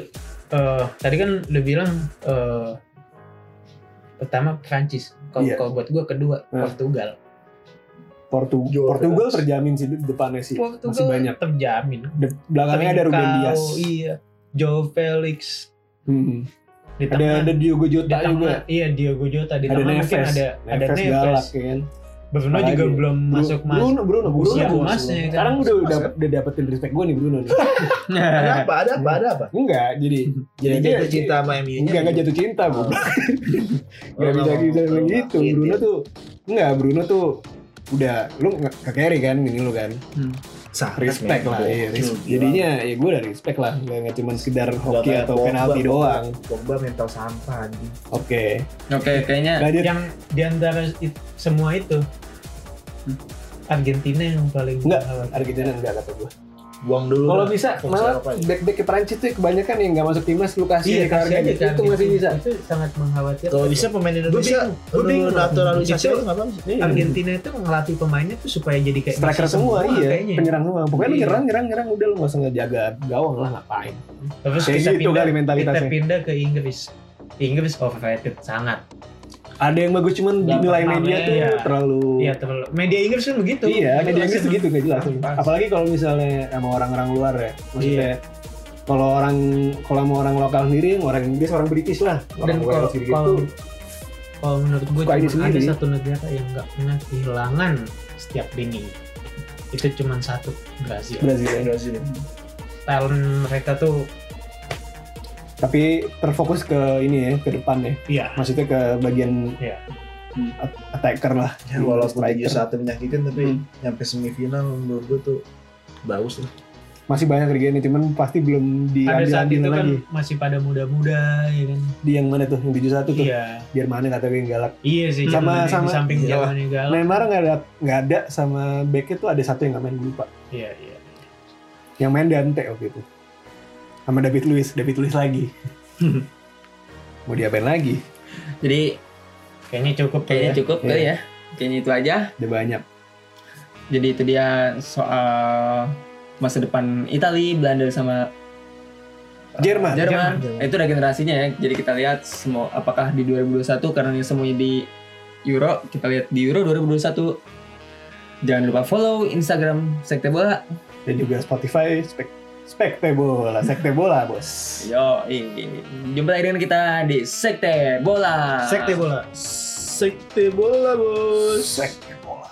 [SPEAKER 5] eh, tadi kan udah bilang eh, pertama Prancis. Kalau
[SPEAKER 3] Iya.
[SPEAKER 5] kalau buat gue kedua
[SPEAKER 3] Nah.
[SPEAKER 5] Portugal.
[SPEAKER 3] Portu-
[SPEAKER 4] Jordan.
[SPEAKER 3] Portugal terjamin sih di depannya sih.
[SPEAKER 5] Portugal kan
[SPEAKER 3] Masih banyak.
[SPEAKER 5] terjamin.
[SPEAKER 3] De- belakangnya ada Ruben
[SPEAKER 5] Trincao,
[SPEAKER 3] Dias.
[SPEAKER 5] Iya. Joe Felix
[SPEAKER 3] Hmm.
[SPEAKER 5] di
[SPEAKER 3] Ada
[SPEAKER 5] tengah.
[SPEAKER 3] ada Diogo
[SPEAKER 5] di
[SPEAKER 3] Jota juga.
[SPEAKER 5] tengah, iya Diogo Jota di
[SPEAKER 3] Ada
[SPEAKER 5] tengah
[SPEAKER 3] Neves.
[SPEAKER 5] mungkin ada ada
[SPEAKER 3] Neves
[SPEAKER 5] Neves.
[SPEAKER 3] galak ya kan.
[SPEAKER 5] Bruno
[SPEAKER 3] Apalagi.
[SPEAKER 5] juga belum
[SPEAKER 3] Bru-
[SPEAKER 5] masuk mas.
[SPEAKER 3] Bruno Bruno Bruno.
[SPEAKER 5] usia
[SPEAKER 3] Bruno.
[SPEAKER 5] emasnya kan.
[SPEAKER 3] Sekarang udah udah udah dapetin respect gue nih Bruno nih.
[SPEAKER 4] Ada apa? Ada apa? Ada apa?
[SPEAKER 3] Enggak, jadi
[SPEAKER 4] Jadi
[SPEAKER 3] dia-
[SPEAKER 4] jatuh cinta sama MU-nya.
[SPEAKER 3] Iya, Enggak enggak jatuh cinta gue. Gak bisa
[SPEAKER 4] Oh.
[SPEAKER 3] kita bilang gitu.
[SPEAKER 4] Iya,
[SPEAKER 3] Bruno tuh enggak, Bruno tuh udah lu nggak ke carry kan ini lu kan respect lah iya, res- jadinya ya gue udah respect lah nggak nggak cuma sekedar hoki
[SPEAKER 4] kayak
[SPEAKER 3] atau
[SPEAKER 4] Pogba,
[SPEAKER 3] penalti
[SPEAKER 4] Pogba.
[SPEAKER 3] doang
[SPEAKER 4] Pogba mental sampah anjing.
[SPEAKER 3] oke
[SPEAKER 1] Oke, kayaknya
[SPEAKER 3] lanjut
[SPEAKER 5] yang di antara it- semua itu
[SPEAKER 1] Hmm.
[SPEAKER 5] Argentina yang paling
[SPEAKER 3] Nggak.
[SPEAKER 5] mengkhawatirkan.
[SPEAKER 3] Argentina enggak kata gue
[SPEAKER 4] Buang dulu.
[SPEAKER 3] kalau
[SPEAKER 4] lah.
[SPEAKER 3] bisa
[SPEAKER 4] Fungsi
[SPEAKER 3] malah
[SPEAKER 4] apa ya?
[SPEAKER 3] back back ke Perancis tuh kebanyakan yang nggak masuk timnas lu kasih
[SPEAKER 5] Iya,
[SPEAKER 3] ke Argentina
[SPEAKER 5] kasihan
[SPEAKER 3] itu masih bisa
[SPEAKER 5] Itu sangat mengkhawatirkan.
[SPEAKER 4] Kalau bisa pemain Indonesia
[SPEAKER 5] Gua
[SPEAKER 4] lu
[SPEAKER 5] bingung.
[SPEAKER 4] naturalisasi
[SPEAKER 5] Itu-
[SPEAKER 4] aja nggak apa-apa.
[SPEAKER 3] Iya.
[SPEAKER 5] Argentina itu ngelatih pemainnya tuh supaya jadi kayak
[SPEAKER 3] striker
[SPEAKER 5] Messi
[SPEAKER 3] semua, iya
[SPEAKER 5] kayaknya.
[SPEAKER 3] penyerang semua pokoknya lu
[SPEAKER 5] Iya.
[SPEAKER 3] nyerang nyerang nyerang udah lu nggak usah ngejaga gawang lah ngapain
[SPEAKER 5] Terus
[SPEAKER 3] Kayak
[SPEAKER 5] kita
[SPEAKER 3] gitu
[SPEAKER 5] pindah,
[SPEAKER 3] kali mentalitasnya.
[SPEAKER 5] kita pindah ke Inggris. Inggris overrated sangat.
[SPEAKER 3] ada yang bagus cuman
[SPEAKER 5] Nggak
[SPEAKER 3] dinilai
[SPEAKER 5] pernah,
[SPEAKER 3] media tuh
[SPEAKER 5] iya.
[SPEAKER 3] terlalu
[SPEAKER 5] Iya terlalu. Media Inggris kan begitu.
[SPEAKER 3] Iya,
[SPEAKER 5] Nggak
[SPEAKER 3] media
[SPEAKER 5] jelas
[SPEAKER 3] Inggris
[SPEAKER 5] emang.
[SPEAKER 3] segitu nggak jelas.
[SPEAKER 5] Pas. Iya.
[SPEAKER 3] Apalagi kalau misalnya sama orang-orang luar ya, maksudnya kalau orang kalau sama orang lokal sendiri, orang Inggris, orang British lah,
[SPEAKER 5] Dan
[SPEAKER 3] orang luar
[SPEAKER 5] kalau
[SPEAKER 3] sendiri
[SPEAKER 5] kalau-
[SPEAKER 3] gitu.
[SPEAKER 5] kalau menurut gue
[SPEAKER 3] Suka ini
[SPEAKER 5] cuma ada
[SPEAKER 3] sendiri.
[SPEAKER 5] satu negara yang nggak pernah kehilangan setiap dingin. Itu cuma satu Brazil.
[SPEAKER 3] Brazil. ya.
[SPEAKER 4] Brazil.
[SPEAKER 5] Talent mereka tuh
[SPEAKER 3] Tapi terfokus ke ini ya, ke depan ya.
[SPEAKER 5] Iya.
[SPEAKER 3] Maksudnya ke bagian
[SPEAKER 5] Iya.
[SPEAKER 3] at- attacker lah.
[SPEAKER 4] Ya, walaupun
[SPEAKER 3] Striker.
[SPEAKER 4] tiga satu menyakitkan tapi nyampe semifinal menurut gue tuh bagus lah.
[SPEAKER 3] Masih banyak kerjaan cuman pasti belum
[SPEAKER 5] pada saat itu
[SPEAKER 3] diambil-ambil
[SPEAKER 5] kan
[SPEAKER 3] lagi.
[SPEAKER 5] masih pada muda-muda ya kan.
[SPEAKER 3] Di yang mana tuh? Yang 71 tuh.
[SPEAKER 5] Iya.
[SPEAKER 3] Jerman kata gue yang galak.
[SPEAKER 5] Iya sih
[SPEAKER 3] Sama-
[SPEAKER 5] zamannya-
[SPEAKER 3] sama-
[SPEAKER 5] di samping
[SPEAKER 3] iya.
[SPEAKER 5] zamannya galak.
[SPEAKER 3] Neymar nggak ada nggak ada sama backnya tuh ada satu yang nggak main gue lupa.
[SPEAKER 5] Iya, iya.
[SPEAKER 3] Yang main Dante waktu itu. Sama David Luiz, David Luiz lagi. Mau diapain lagi?
[SPEAKER 1] jadi
[SPEAKER 5] Kayaknya cukup
[SPEAKER 1] kayaknya
[SPEAKER 3] Iya,
[SPEAKER 5] ya.
[SPEAKER 1] cukup kali ya. Kayaknya itu aja.
[SPEAKER 3] Udah banyak.
[SPEAKER 1] Jadi itu dia soal masa depan Italia, Belanda sama
[SPEAKER 3] Jerman.
[SPEAKER 1] Jerman.
[SPEAKER 4] Jerman.
[SPEAKER 1] Itu udah generasinya ya. Jadi kita lihat semua apakah di 2021 karena ini semuanya di Euro, kita lihat di Euro 2021. Jangan lupa follow Instagram Sekte Bola.
[SPEAKER 3] Dan juga Spotify, spek Spekte bola, sekte bola bos.
[SPEAKER 5] Iya.
[SPEAKER 1] Yo, ini. Jumpa lagi dengan kita di Sekte Bola.
[SPEAKER 4] Sekte bola. Sekte bola bos.
[SPEAKER 3] Sekte bola.